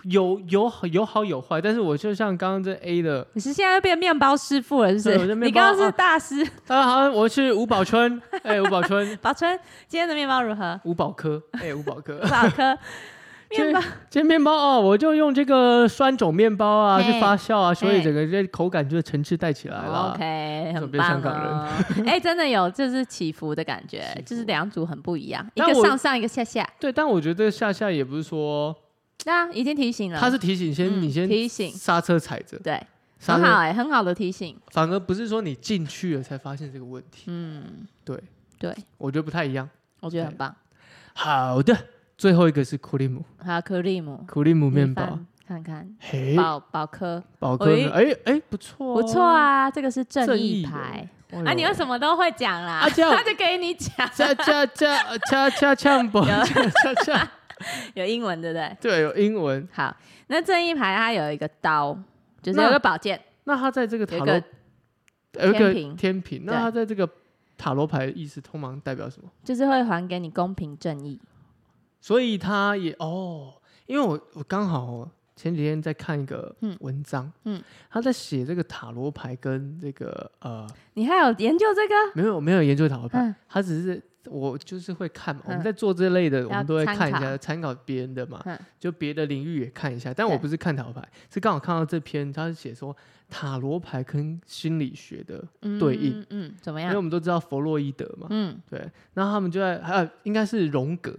Speaker 1: 有有好有好有坏，但是我就像刚刚这 A 的，
Speaker 2: 你是现在变面包师傅了，是不
Speaker 1: 对我
Speaker 2: 是？
Speaker 1: 是
Speaker 2: 你
Speaker 1: 面
Speaker 2: 刚
Speaker 1: 包啊
Speaker 2: 刚是大师。
Speaker 1: 当然好像我是吴宝春，哎、吴宝春，
Speaker 2: 宝春，今天的面包如何？
Speaker 1: 吴宝科，哎、吴宝科，
Speaker 2: 宝 科面包
Speaker 1: 这面包哦，我就用这个酸种面包啊
Speaker 2: 嘿
Speaker 1: 去发酵啊，所
Speaker 2: 嘿哦
Speaker 1: 以整个这口感就层次带起来了。
Speaker 2: ，OK，
Speaker 1: 怎么
Speaker 2: 很
Speaker 1: 变
Speaker 2: 棒
Speaker 1: 香港
Speaker 2: 哦。 哎，真的有，就是起伏的感觉
Speaker 1: 起，伏
Speaker 2: 就是两组很不一样，一
Speaker 1: 但
Speaker 2: 个
Speaker 1: 我
Speaker 2: 上上，一个下下。
Speaker 1: 对，但我觉得夏夏也不是说，
Speaker 2: 那已经提醒了，
Speaker 1: 他是提醒先、
Speaker 2: 嗯
Speaker 1: 你先
Speaker 2: 提醒
Speaker 1: 刹车踩着，
Speaker 2: 对，
Speaker 1: 刹
Speaker 2: 很好
Speaker 1: 车，
Speaker 2: 哎，很好的提醒。
Speaker 1: 反而不是说你进去了才发现这个问题。
Speaker 2: 嗯，
Speaker 1: 对，
Speaker 2: 对，
Speaker 1: 我觉得不太一样。
Speaker 2: 我觉得很棒。
Speaker 1: 好的，最后一个是库利姆，
Speaker 2: 还有克利姆
Speaker 1: 库利姆面
Speaker 2: 米
Speaker 1: 包
Speaker 2: 饭，看看
Speaker 1: 嘿，
Speaker 2: 宝宝科
Speaker 1: 宝哥
Speaker 2: 喂
Speaker 1: 呢，哎哎，不错、
Speaker 2: 不错，啊，这个是正
Speaker 1: 正
Speaker 2: 义
Speaker 1: 义
Speaker 2: 牌。
Speaker 1: 哎呦
Speaker 2: 啊，你为什么都会讲啦？
Speaker 1: 啊这样
Speaker 2: 他就给你讲，
Speaker 1: 加加加加加呛不
Speaker 2: 有
Speaker 1: 加加加，
Speaker 2: 有英文对不对？
Speaker 1: 对，有英文。
Speaker 2: 好，那正义牌它有一个刀，就是
Speaker 1: 那
Speaker 2: 有个宝剑，
Speaker 1: 那他在这个
Speaker 2: 有一
Speaker 1: 塔罗
Speaker 2: 个
Speaker 1: 有一呃
Speaker 2: 天
Speaker 1: 个
Speaker 2: 平
Speaker 1: 天平，那
Speaker 2: 对
Speaker 1: 他在这个塔罗牌的意思通常代表什么？
Speaker 2: 就是会还给你公平正义。
Speaker 1: 所以他也哦，因为我我刚好哦前几天在看一个
Speaker 2: 嗯
Speaker 1: 文章，
Speaker 2: 嗯
Speaker 1: 他在写这个塔罗牌跟这个呃，
Speaker 2: 你还有研究这个？
Speaker 1: 没有没有研究塔罗牌，
Speaker 2: 嗯
Speaker 1: 他只是我就是会看嘛，我
Speaker 2: 嗯
Speaker 1: 们在做这类的，我们都会
Speaker 2: 参
Speaker 1: 看一下，
Speaker 2: 考
Speaker 1: 参考别人的嘛，
Speaker 2: 嗯
Speaker 1: 就别的领域也看一下。但我
Speaker 2: 对
Speaker 1: 不是看塔罗牌，是刚好看到这篇，他是写说塔罗牌跟心理学的，
Speaker 2: 嗯
Speaker 1: 对应
Speaker 2: 嗯嗯，怎么
Speaker 1: 因为我
Speaker 2: 样？
Speaker 1: 们都知道弗洛伊德嘛，
Speaker 2: 嗯，
Speaker 1: 对，然后他们就在还有应该是荣格，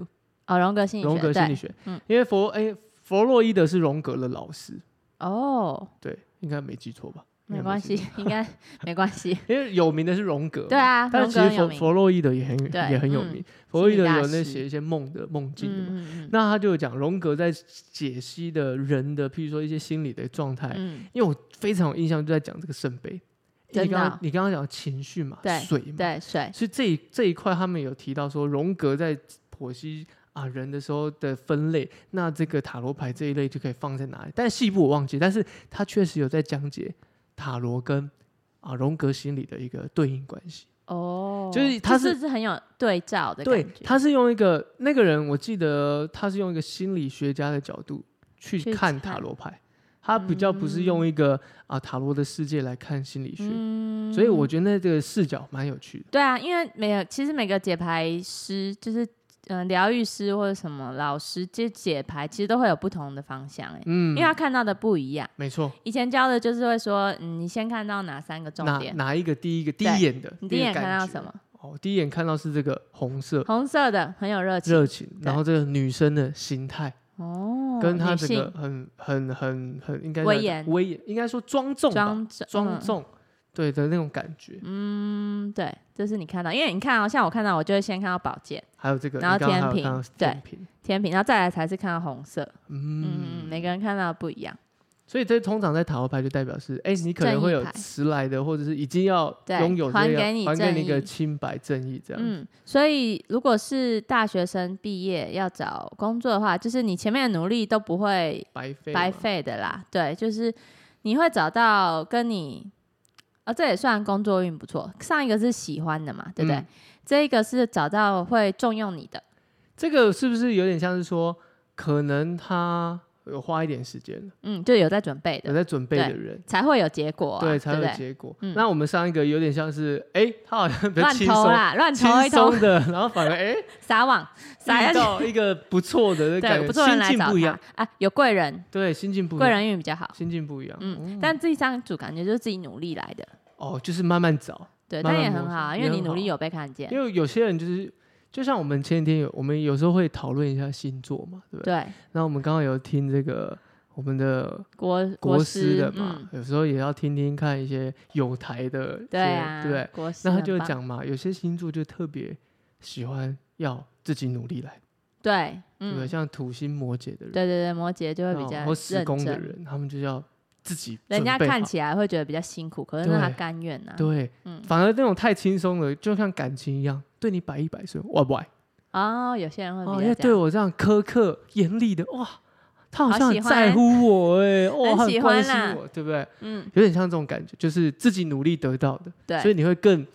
Speaker 2: 哦，荣格心理学，
Speaker 1: 荣格心理
Speaker 2: 对
Speaker 1: 学，
Speaker 2: 嗯
Speaker 1: 因为弗哎弗洛伊德是荣格的老师，
Speaker 2: 哦，
Speaker 1: 对，应该没记错吧？
Speaker 2: 没关系， 应该没关系。
Speaker 1: 因为有名的是荣格，
Speaker 2: 对，啊，
Speaker 1: 但
Speaker 2: 荣
Speaker 1: 其
Speaker 2: 格
Speaker 1: 实
Speaker 2: 很有
Speaker 1: 弗
Speaker 2: 名，
Speaker 1: 弗洛伊德也很
Speaker 2: 对
Speaker 1: 也很有
Speaker 2: 嗯
Speaker 1: 名，弗洛伊德
Speaker 2: 心理大
Speaker 1: 有那
Speaker 2: 师
Speaker 1: 写一些梦的梦境的嘛，
Speaker 2: 嗯嗯
Speaker 1: 那他就有讲荣格在解析的人的，譬如说一些心理的状态，
Speaker 2: 嗯
Speaker 1: 因为我非常有印象，就在讲这个圣杯。你
Speaker 2: 真的
Speaker 1: 刚
Speaker 2: 啊
Speaker 1: 刚你刚刚讲情绪嘛，
Speaker 2: 对
Speaker 1: 水
Speaker 2: 嗯，
Speaker 1: 嘛，
Speaker 2: 对，水，
Speaker 1: 所以这一这一块他们有提到说，荣格在剖析啊人的时候的分类，那这个塔罗牌这一类就可以放在哪里？但细部我忘记，但是他确实有在讲解塔罗跟啊荣格心理的一个对应关系。
Speaker 2: 哦，
Speaker 1: 就是他
Speaker 2: 就是是很有对照的
Speaker 1: 对
Speaker 2: 感，觉，
Speaker 1: 他是用一个那个人，我记得他是用一个心理学家的角度去
Speaker 2: 去
Speaker 1: 看
Speaker 2: 看
Speaker 1: 塔罗牌，他比较不是用一个、啊塔罗的世界来看心理学，
Speaker 2: 嗯
Speaker 1: 所以我觉得那这个视角蛮有趣的。
Speaker 2: 对啊，因为每个其实每个解牌师就是嗯疗愈师或者什么老师，其实解牌其实都会有不同的方向哎、
Speaker 1: 嗯
Speaker 2: 因为，他看到的不一样。
Speaker 1: 没错。
Speaker 2: 以前教的就是会说，嗯，你先看到哪三个重
Speaker 1: 哪
Speaker 2: 点，
Speaker 1: 哪一个第一个第
Speaker 2: 对
Speaker 1: 一眼的？
Speaker 2: 你第一眼看到什
Speaker 1: 么？
Speaker 2: 么？
Speaker 1: 哦，第一眼看到是这个红色
Speaker 2: 红色的很有热情
Speaker 1: 热情，然后这个女生的形态
Speaker 2: 哦，
Speaker 1: 跟她
Speaker 2: 女
Speaker 1: 这个
Speaker 2: 性
Speaker 1: 很很很很应该
Speaker 2: 威
Speaker 1: 叫
Speaker 2: 严
Speaker 1: 威严，应该说庄重吧，
Speaker 2: 庄重
Speaker 1: 庄重，对的那种感觉。
Speaker 2: 嗯，对，这是你看到，因为你看哦，像我看到，我就会先看到宝剑、
Speaker 1: 还有这个，
Speaker 2: 然后
Speaker 1: 你刚刚还有
Speaker 2: 天平
Speaker 1: 看到
Speaker 2: 对
Speaker 1: 天平，
Speaker 2: 天平，然后再来才是看到红色。嗯，嗯
Speaker 1: 嗯，
Speaker 2: 每个人看到的不一样。
Speaker 1: 所以这通常在塔罗牌就代表是，哎，你可能
Speaker 2: 正义
Speaker 1: 会有
Speaker 2: 牌
Speaker 1: 迟来的，或者是已经要
Speaker 2: 对
Speaker 1: 拥有这
Speaker 2: 还
Speaker 1: 个
Speaker 2: 给你
Speaker 1: 还给
Speaker 2: 正
Speaker 1: 你一个
Speaker 2: 义
Speaker 1: 清白正义这样。
Speaker 2: 嗯，所以如果是大学生毕业要找工作的话，就是你前面的努力都不会
Speaker 1: 白费
Speaker 2: 白
Speaker 1: 嘛，
Speaker 2: 费的啦。对，就是你会找到跟你，啊、这也算工作运不错。上一个是喜欢的嘛，对不对？
Speaker 1: 嗯
Speaker 2: 这一个是找到会重用你的，
Speaker 1: 这个是不是有点像是说，可能他有花一点时间了，
Speaker 2: 嗯，就有在准备
Speaker 1: 有
Speaker 2: 的，
Speaker 1: 在准备
Speaker 2: 对
Speaker 1: 的人，
Speaker 2: 才会有结果、啊，
Speaker 1: 对，才
Speaker 2: 不
Speaker 1: 有
Speaker 2: 对？
Speaker 1: 结果。
Speaker 2: 嗯
Speaker 1: 那我们上一个有点像是，哎、他好像比较
Speaker 2: 乱
Speaker 1: 轻
Speaker 2: 投
Speaker 1: 松。
Speaker 2: 啦，乱投一
Speaker 1: 轻
Speaker 2: 投，
Speaker 1: 松的，然后反而哎，
Speaker 2: 撒网， 撒下
Speaker 1: 遇
Speaker 2: 去，
Speaker 1: 到一个不错的那感
Speaker 2: 对，
Speaker 1: 觉，
Speaker 2: 不错人来
Speaker 1: 心境
Speaker 2: 找
Speaker 1: 不一
Speaker 2: 他
Speaker 1: 样，，
Speaker 2: 啊，有贵人，
Speaker 1: 对，心境不一
Speaker 2: 贵
Speaker 1: 样，
Speaker 2: 人运比较好。
Speaker 1: 心境不一样，
Speaker 2: 嗯
Speaker 1: 嗯，，
Speaker 2: 但第三组感觉就是自己努力来的，
Speaker 1: 哦，就是慢慢找，
Speaker 2: 对，
Speaker 1: 慢
Speaker 2: 但也
Speaker 1: 慢
Speaker 2: 很
Speaker 1: 摸
Speaker 2: 好啊，
Speaker 1: 索
Speaker 2: 因为
Speaker 1: 也
Speaker 2: 你
Speaker 1: 很
Speaker 2: 努力
Speaker 1: 好
Speaker 2: 有被看见，
Speaker 1: 因为有些人就是，就像我们前几天有，我们有时候会讨论一下星座嘛，对不对？
Speaker 2: 对，
Speaker 1: 那我们刚刚有听这个我们的
Speaker 2: 国
Speaker 1: 国师
Speaker 2: 师
Speaker 1: 的嘛，
Speaker 2: 嗯，
Speaker 1: 有时候也要听听看一些有台的一些，
Speaker 2: 对啊，
Speaker 1: 对不对，
Speaker 2: 国师
Speaker 1: 那他
Speaker 2: 很
Speaker 1: 就
Speaker 2: 棒，
Speaker 1: 讲嘛，有些星座就特别喜欢要自己努力来，
Speaker 2: 对，
Speaker 1: 对不对？
Speaker 2: 嗯，
Speaker 1: 像土星摩羯的人，
Speaker 2: 对对对，摩羯就会比
Speaker 1: 那
Speaker 2: 较
Speaker 1: 或施
Speaker 2: 认
Speaker 1: 工的
Speaker 2: 真，
Speaker 1: 人，他们就要自己
Speaker 2: 人家
Speaker 1: 准备
Speaker 2: 看
Speaker 1: 好
Speaker 2: 起来会觉得比较辛苦，可是那他
Speaker 1: 对
Speaker 2: 甘愿呐，
Speaker 1: 对，
Speaker 2: 嗯，
Speaker 1: 反而那种太轻松了，就像感情一样，对你百依百顺，哇不爱
Speaker 2: 哦，有些人会
Speaker 1: 哦，
Speaker 2: 比
Speaker 1: 要
Speaker 2: 较这
Speaker 1: 对
Speaker 2: 样，
Speaker 1: 我这样苛刻严厉的，哇，他好
Speaker 2: 好
Speaker 1: 像
Speaker 2: 喜
Speaker 1: 很在
Speaker 2: 欢
Speaker 1: 乎我哎，哦，
Speaker 2: 很
Speaker 1: 他很
Speaker 2: 喜
Speaker 1: 关
Speaker 2: 欢
Speaker 1: 心
Speaker 2: 啦
Speaker 1: 我，对不对？
Speaker 2: 嗯，
Speaker 1: 有点像这种感觉，就是自己努力得到的。所以
Speaker 2: 对，
Speaker 1: 你会更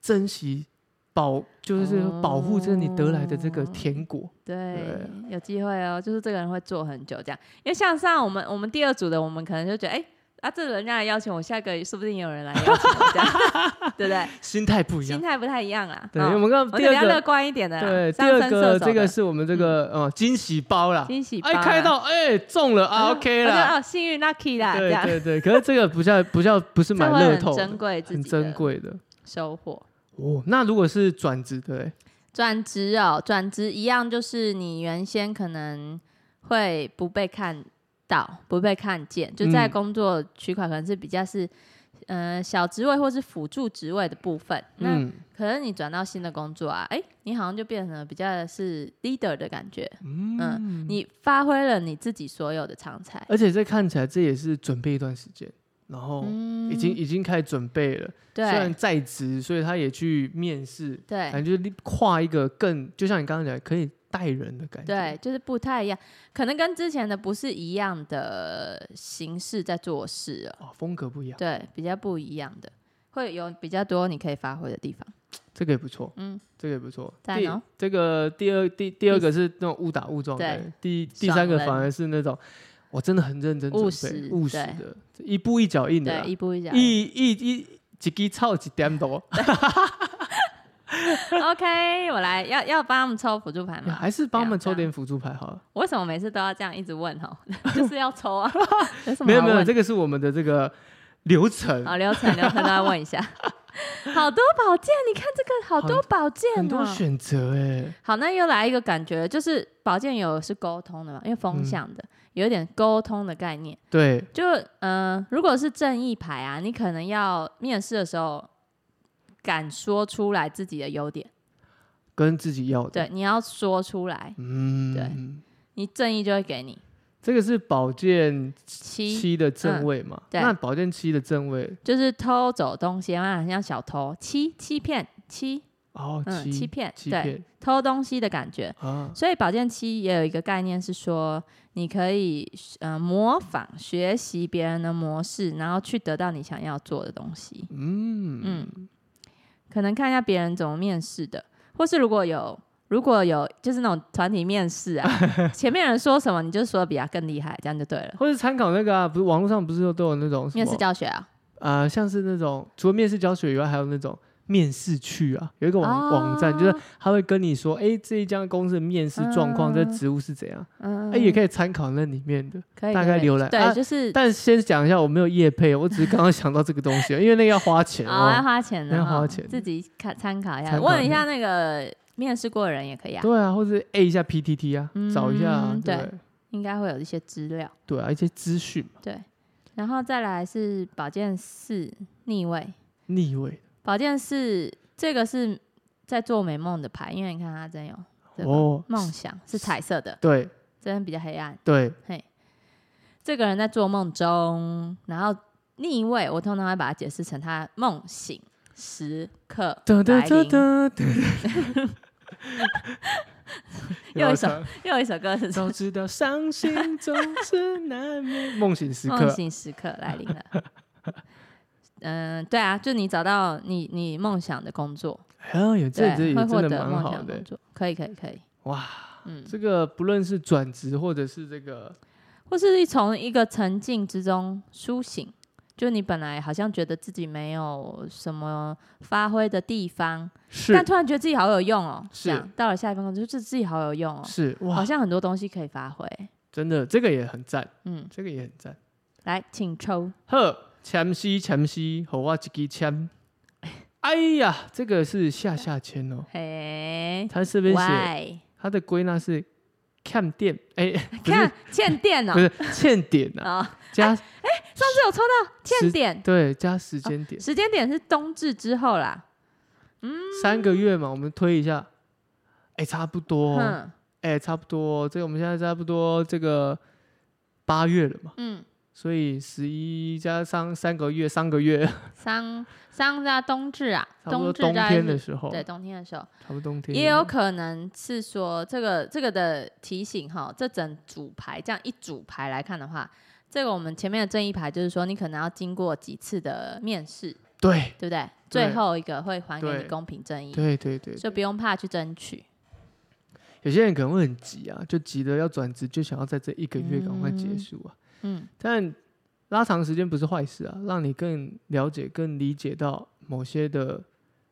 Speaker 1: 珍惜保，就是
Speaker 2: 哦
Speaker 1: 保护着你得来的这个甜果。
Speaker 2: 对，有机会哦，就是这个人会做很久这样，因为像上我们我们第二组的，我们可能就觉得，哎。啊，这人家来邀请我，下个说不定也有人来邀请我，这 样对不对？
Speaker 1: 心态不一
Speaker 2: 心
Speaker 1: 样。
Speaker 2: 态不太一样啦。
Speaker 1: 对，
Speaker 2: 哦
Speaker 1: 我们刚刚
Speaker 2: 我比
Speaker 1: 第
Speaker 2: 较
Speaker 1: 二
Speaker 2: 乐
Speaker 1: 个，
Speaker 2: 观一点的啦。
Speaker 1: 对，第
Speaker 2: 上
Speaker 1: 二
Speaker 2: 升
Speaker 1: 个
Speaker 2: 射手
Speaker 1: 这个
Speaker 2: 的嗯
Speaker 1: 是我们这个呃惊喜包啦，
Speaker 2: 惊喜包
Speaker 1: 哎
Speaker 2: 啦，
Speaker 1: 开到哎中了啊，OK
Speaker 2: 我觉
Speaker 1: 啦。
Speaker 2: 得哦，幸运 lucky 啦，这
Speaker 1: 对
Speaker 2: 样
Speaker 1: 对对，可是这个不叫不叫不是
Speaker 2: 这
Speaker 1: 买
Speaker 2: 会
Speaker 1: 乐
Speaker 2: 很
Speaker 1: 透的，
Speaker 2: 珍贵自
Speaker 1: 很
Speaker 2: 己
Speaker 1: 珍
Speaker 2: 的
Speaker 1: 贵的
Speaker 2: 收获。
Speaker 1: 哦。那如果是转职的哎嘞，
Speaker 2: 转职哦，转职一样就是你原先可能会不被看到、不被看见，就在
Speaker 1: 嗯
Speaker 2: 工作区块可能是比较是。嗯、小职位或是辅助职位的部分，那
Speaker 1: 嗯
Speaker 2: 可能你转到新的工作啊，哎、你好像就变成了比较是 leader 的感觉，
Speaker 1: 嗯，
Speaker 2: 你发挥了你自己所有的长才，
Speaker 1: 而且这看起来这也是准备一段时间，然后
Speaker 2: 嗯，
Speaker 1: 已经已经开始准备了。虽然
Speaker 2: 对
Speaker 1: 在职，所以他也去面试，
Speaker 2: 对
Speaker 1: 感觉跨一个更，就像你刚刚讲，可以带人的感觉。
Speaker 2: 对，，就是不太一样，可能跟之前的不是一样的形式在做事了，
Speaker 1: 哦，风格不一样，
Speaker 2: 对，比较不一样的，会有比较多你可以发挥的地方。
Speaker 1: 这个也不错，
Speaker 2: 嗯，
Speaker 1: 这个也不错。
Speaker 2: 赞
Speaker 1: 第
Speaker 2: 哦
Speaker 1: 这个第二第第二个是那种误打误撞的
Speaker 2: 对
Speaker 1: 感觉，第第
Speaker 2: 爽
Speaker 1: 三个反
Speaker 2: 人
Speaker 1: 而是那种我真的很认真准
Speaker 2: 务
Speaker 1: 备
Speaker 2: 实，
Speaker 1: 务实
Speaker 2: 对
Speaker 1: 的，一步一脚印的
Speaker 2: 对
Speaker 1: 啦，，
Speaker 2: 一步一脚印。
Speaker 1: 一一一几滴操几点 多，
Speaker 2: OK，我来要要帮他们抽辅助牌吗？
Speaker 1: 还是帮我们
Speaker 2: 这
Speaker 1: 抽
Speaker 2: 样
Speaker 1: 点辅助牌好了。
Speaker 2: 我为什么每次都要这样一直问哦？ 就是要 抽啊，有什么
Speaker 1: 没有
Speaker 2: 好
Speaker 1: 没有，
Speaker 2: 问
Speaker 1: 这个是我们的这个流程。
Speaker 2: 好流程流程都要问一下。 好多宝剑，你看这个好多宝剑
Speaker 1: 很
Speaker 2: 哦
Speaker 1: 多。选择哎，
Speaker 2: 好，那又来一个感觉，就是宝剑有是沟通的嘛，因为
Speaker 1: 嗯
Speaker 2: 风向的、有一点沟通的概念。
Speaker 1: 对，
Speaker 2: 就嗯、呃如果是正义牌啊，你可能要面试的时候敢说出来自己的优点，
Speaker 1: 跟自己要的，
Speaker 2: 对，你要说出来，
Speaker 1: 嗯，
Speaker 2: 对，你正义就会给你
Speaker 1: 这个是宝剑
Speaker 2: 七，嗯
Speaker 1: 七的正位嘛？
Speaker 2: 对
Speaker 1: 那宝剑七的正位
Speaker 2: 就是偷走东西嘛，很像小偷，欺欺骗欺，
Speaker 1: 哦，
Speaker 2: 嗯，
Speaker 1: 七
Speaker 2: 欺骗，
Speaker 1: 欺
Speaker 2: 对，
Speaker 1: 骗
Speaker 2: 偷东西的感觉。
Speaker 1: 啊，
Speaker 2: 所以保健期也有一个概念是说，你可以呃模仿学习别人的模式，然后去得到你想要做的东西。
Speaker 1: 嗯，
Speaker 2: 嗯，可能看一下别人怎么面试的，或是如果有如果有就是那种团体面 试啊，前面人说什么你就说比他更厉害，这样就对了。
Speaker 1: 或者参考那个啊，不是网络上不是都有那种什
Speaker 2: 面
Speaker 1: 么
Speaker 2: 试教学啊，
Speaker 1: 啊，像是那种除了面试教学以外，还有那种面试去啊，有一个网网站，就是
Speaker 2: 哦
Speaker 1: 他会跟你说，哎，这一家公司的面试状况，这
Speaker 2: 嗯
Speaker 1: 职务是怎样，
Speaker 2: 嗯，
Speaker 1: 哎，也可
Speaker 2: 以，
Speaker 1: 以参考那里面的。
Speaker 2: 可以
Speaker 1: 大
Speaker 2: 可
Speaker 1: 概
Speaker 2: 以
Speaker 1: 浏览啊
Speaker 2: 对，就是
Speaker 1: 但先讲一下，我没有业配，我只是刚刚想到这个东 西，因为那个要花钱
Speaker 2: 哦，要
Speaker 1: 哦。
Speaker 2: 花钱的
Speaker 1: 要
Speaker 2: 哦，
Speaker 1: 花钱
Speaker 2: 自己看参考一下，
Speaker 1: 参考
Speaker 2: 问
Speaker 1: 一
Speaker 2: 一
Speaker 1: 下
Speaker 2: 下那个面试过的人也可以啊，
Speaker 1: 对啊，或者 A 一下 PTT 啊，找一下啊
Speaker 2: 嗯，
Speaker 1: 对
Speaker 2: 对
Speaker 1: 不对
Speaker 2: 应该会有一些资料。
Speaker 1: 对啊，一些资讯嘛，
Speaker 2: 对，然后再来是宝剑四逆位，
Speaker 1: 逆位
Speaker 2: 宝剑四这个是在做美梦的牌，因为你看它真有这个
Speaker 1: 哦，
Speaker 2: 梦想是彩色的，
Speaker 1: 对
Speaker 2: 这边比较黑暗。
Speaker 1: 对，
Speaker 2: 嘿，这个人在做梦中，然后逆位，我通常会把它解释成他梦醒时刻
Speaker 1: 噔噔
Speaker 2: 来
Speaker 1: 噔
Speaker 2: 临。
Speaker 1: 噔噔，
Speaker 2: 又
Speaker 1: 要
Speaker 2: 一首
Speaker 1: 唱
Speaker 2: 又一首歌是什么
Speaker 1: 早知道伤心总是难免，梦醒时
Speaker 2: 梦
Speaker 1: 刻，
Speaker 2: 醒时刻来临了。嗯，对啊，就你找到你你梦想的工作，
Speaker 1: 哎呀，这这
Speaker 2: 对，
Speaker 1: 也
Speaker 2: 会获
Speaker 1: 真的
Speaker 2: 得
Speaker 1: 蛮
Speaker 2: 梦
Speaker 1: 好
Speaker 2: 想的
Speaker 1: 的
Speaker 2: 工作，可以可以可以，
Speaker 1: 哇！
Speaker 2: 嗯，
Speaker 1: 这个不论是转职或者是这个，
Speaker 2: 或是一从一个沉静之中苏醒，就你本来好像觉得自己没有什么发挥的地方，
Speaker 1: 是
Speaker 2: 但突然觉得自己好有用哦，
Speaker 1: 是
Speaker 2: 这样到了下一份工作，就是自己好有用哦，
Speaker 1: 是
Speaker 2: 好
Speaker 1: 哇，
Speaker 2: 像很多东西可以发挥。
Speaker 1: 真的这个也很赞，
Speaker 2: 嗯，
Speaker 1: 这个也很赞。
Speaker 2: 来，请抽
Speaker 1: 呵，签西签西，和我一支 签。哎呀，这个是下下签哦，
Speaker 2: 嘿
Speaker 1: 他这边写
Speaker 2: ，Why？
Speaker 1: 他的归纳是看店，哎，不是
Speaker 2: 看欠电哦
Speaker 1: 不，是欠点啊，
Speaker 2: 啊，上
Speaker 1: 加
Speaker 2: 次有抽到欠点，
Speaker 1: 对加时间点
Speaker 2: 时间点是冬至之后啦，
Speaker 1: 三个月嘛，我们推一下，哎，差不多哦，
Speaker 2: 嗯
Speaker 1: 哎，差不多哦，这个我们现在差不多这个八月了嘛。
Speaker 2: 嗯，
Speaker 1: 所以十一加上三个月，三个月，
Speaker 2: 桑桑加冬至啊，
Speaker 1: 差不多
Speaker 2: 至
Speaker 1: 冬
Speaker 2: 大概
Speaker 1: 天
Speaker 2: 是
Speaker 1: 的时候，
Speaker 2: 对，冬天的时候，
Speaker 1: 差不多冬天
Speaker 2: 也有可能是说这个这个的提醒哈，这整组牌这样一组牌来看的话，这个我们前面的正义牌就是说你可能要经过几次的面试，
Speaker 1: 对
Speaker 2: 对不对？
Speaker 1: 对
Speaker 2: 最后一个会还给
Speaker 1: 对
Speaker 2: 你公平正义，
Speaker 1: 对对对，
Speaker 2: 所以不用怕去争取。
Speaker 1: 有些人可能会很急啊，就急着要转职，就想要在这一个月赶快结
Speaker 2: 嗯
Speaker 1: 束啊。
Speaker 2: 嗯，
Speaker 1: 但拉长时间不是坏事啊，让你更了解、更理解到某些的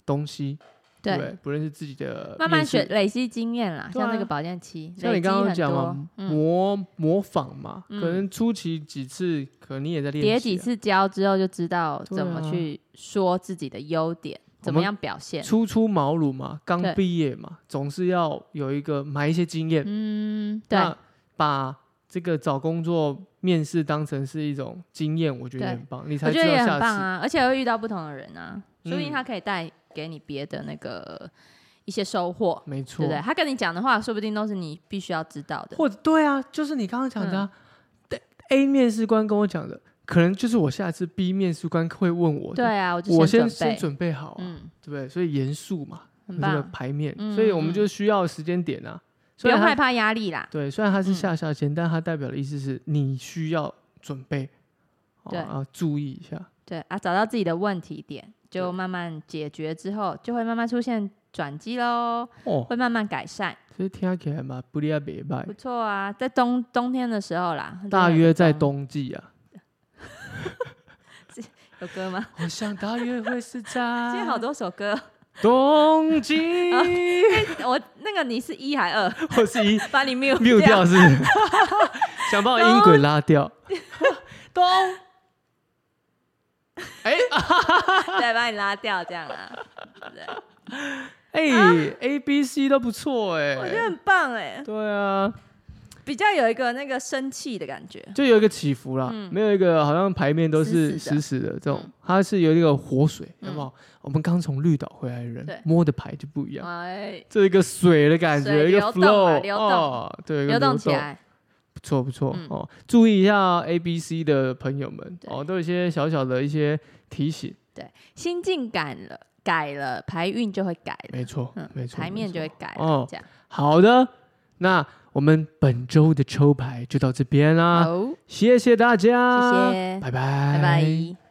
Speaker 1: 东西，对
Speaker 2: 对，
Speaker 1: 不对，不论是自己的
Speaker 2: 慢慢
Speaker 1: 面试
Speaker 2: 学，累积经验啦，
Speaker 1: 对啊
Speaker 2: 像那个保健期，
Speaker 1: 像你
Speaker 2: 累积
Speaker 1: 刚刚
Speaker 2: 很
Speaker 1: 讲
Speaker 2: 多
Speaker 1: 嘛，
Speaker 2: 嗯，
Speaker 1: 模模仿嘛，可
Speaker 2: 嗯
Speaker 1: 能初期几次，可能你也在练
Speaker 2: 叠
Speaker 1: 习
Speaker 2: 几
Speaker 1: 啊。
Speaker 2: 次胶之后就知道
Speaker 1: 对
Speaker 2: 怎么
Speaker 1: 啊
Speaker 2: 去说自己的优点，
Speaker 1: 我
Speaker 2: 怎么
Speaker 1: 们
Speaker 2: 样表现。
Speaker 1: 初出茅庐嘛，刚
Speaker 2: 对
Speaker 1: 毕业嘛，总是要有一个买一些经验。
Speaker 2: 嗯，对，
Speaker 1: 那把这个找工作面试当成是一种经验，我觉得
Speaker 2: 对
Speaker 1: 也很棒，你才
Speaker 2: 我
Speaker 1: 知
Speaker 2: 觉得
Speaker 1: 道
Speaker 2: 也
Speaker 1: 下
Speaker 2: 很棒
Speaker 1: 次。
Speaker 2: 啊，而且会遇到不同的人啊，
Speaker 1: 嗯
Speaker 2: 说不定他可以带给你别的那个一些收获，
Speaker 1: 没
Speaker 2: 对
Speaker 1: 错
Speaker 2: 不，对？他跟你讲的话，说不定都是你必须要知道的。
Speaker 1: 或者对啊，就是你刚刚
Speaker 2: 嗯
Speaker 1: 讲的、啊 a 面试官跟我讲的，可能就是我下次 B 面试官会问我的，
Speaker 2: 对啊，我就
Speaker 1: 我先
Speaker 2: 先准
Speaker 1: 先
Speaker 2: 备，
Speaker 1: 准备好、啊，
Speaker 2: 嗯，
Speaker 1: 对不对？所以严肃嘛，
Speaker 2: 很
Speaker 1: 这个
Speaker 2: 棒，
Speaker 1: 排面，
Speaker 2: 嗯
Speaker 1: 所以我们
Speaker 2: 嗯
Speaker 1: 就需要时间点啊。
Speaker 2: 不
Speaker 1: 虽
Speaker 2: 用
Speaker 1: 然
Speaker 2: 害
Speaker 1: 它
Speaker 2: 怕压力啦。
Speaker 1: 对，虽然它是
Speaker 2: 嗯
Speaker 1: 下下签，但它代表的意思是你需要准备，哦
Speaker 2: 对
Speaker 1: 啊，注意一下，
Speaker 2: 对啊，找到自己的问题点，
Speaker 1: 对
Speaker 2: 就慢慢解决之后，就会慢慢出现转机喽，
Speaker 1: 哦，
Speaker 2: 会慢慢改善，
Speaker 1: 所以听起来嘛，不离啊，别拜
Speaker 2: 不。错啊。在冬冬天的时候啦，
Speaker 1: 大约在
Speaker 2: 冬
Speaker 1: 冬季啊。
Speaker 2: 有歌吗？
Speaker 1: 我想大约会是
Speaker 2: 今天
Speaker 1: 在
Speaker 2: 好多首歌，哦
Speaker 1: 冬 季。
Speaker 2: 我那个你是一还二，
Speaker 1: 我是 一
Speaker 2: 把你 mute
Speaker 1: mute 掉是， 想把我音轨拉掉。冬 哎
Speaker 2: 对，把你拉掉这样啊，对，啊
Speaker 1: 哎，A、B、C 都不错哎、
Speaker 3: 我觉得很棒哎、
Speaker 1: 对啊，
Speaker 3: 比较有一个那个生气的感觉。
Speaker 1: 就有一个起伏啦，没有一个好像牌面都是
Speaker 2: 嗯死死的
Speaker 1: 死死的这种，
Speaker 2: 嗯
Speaker 1: 它是有一个活水，
Speaker 2: 嗯
Speaker 1: 有没有？哦我们刚从绿岛回来的
Speaker 2: 对
Speaker 1: 人摸的牌就不一样，
Speaker 2: 哎，
Speaker 1: 这一个水的感觉，
Speaker 2: 水
Speaker 1: 一个
Speaker 2: 流动啊
Speaker 1: flow，
Speaker 2: 流动
Speaker 1: 哦，对，一个
Speaker 2: 流动起，来，
Speaker 1: 不错不错、
Speaker 2: 嗯
Speaker 1: 哦，注意一下 A、B、C 的朋友们
Speaker 2: 对
Speaker 1: 哦，都有一些小小的一些提醒，
Speaker 2: 心境改了，改了，牌运就会改了，
Speaker 1: 没错，
Speaker 2: 嗯，
Speaker 1: 没错，
Speaker 2: 牌面
Speaker 1: 没
Speaker 2: 就
Speaker 1: 错
Speaker 2: 会改了
Speaker 1: 哦，
Speaker 2: 这样。
Speaker 1: 好的，那我们本周的抽牌就到这边啦，
Speaker 2: 好，
Speaker 1: 谢谢大家，
Speaker 2: 谢谢，
Speaker 1: 啊拜拜，
Speaker 2: 拜拜。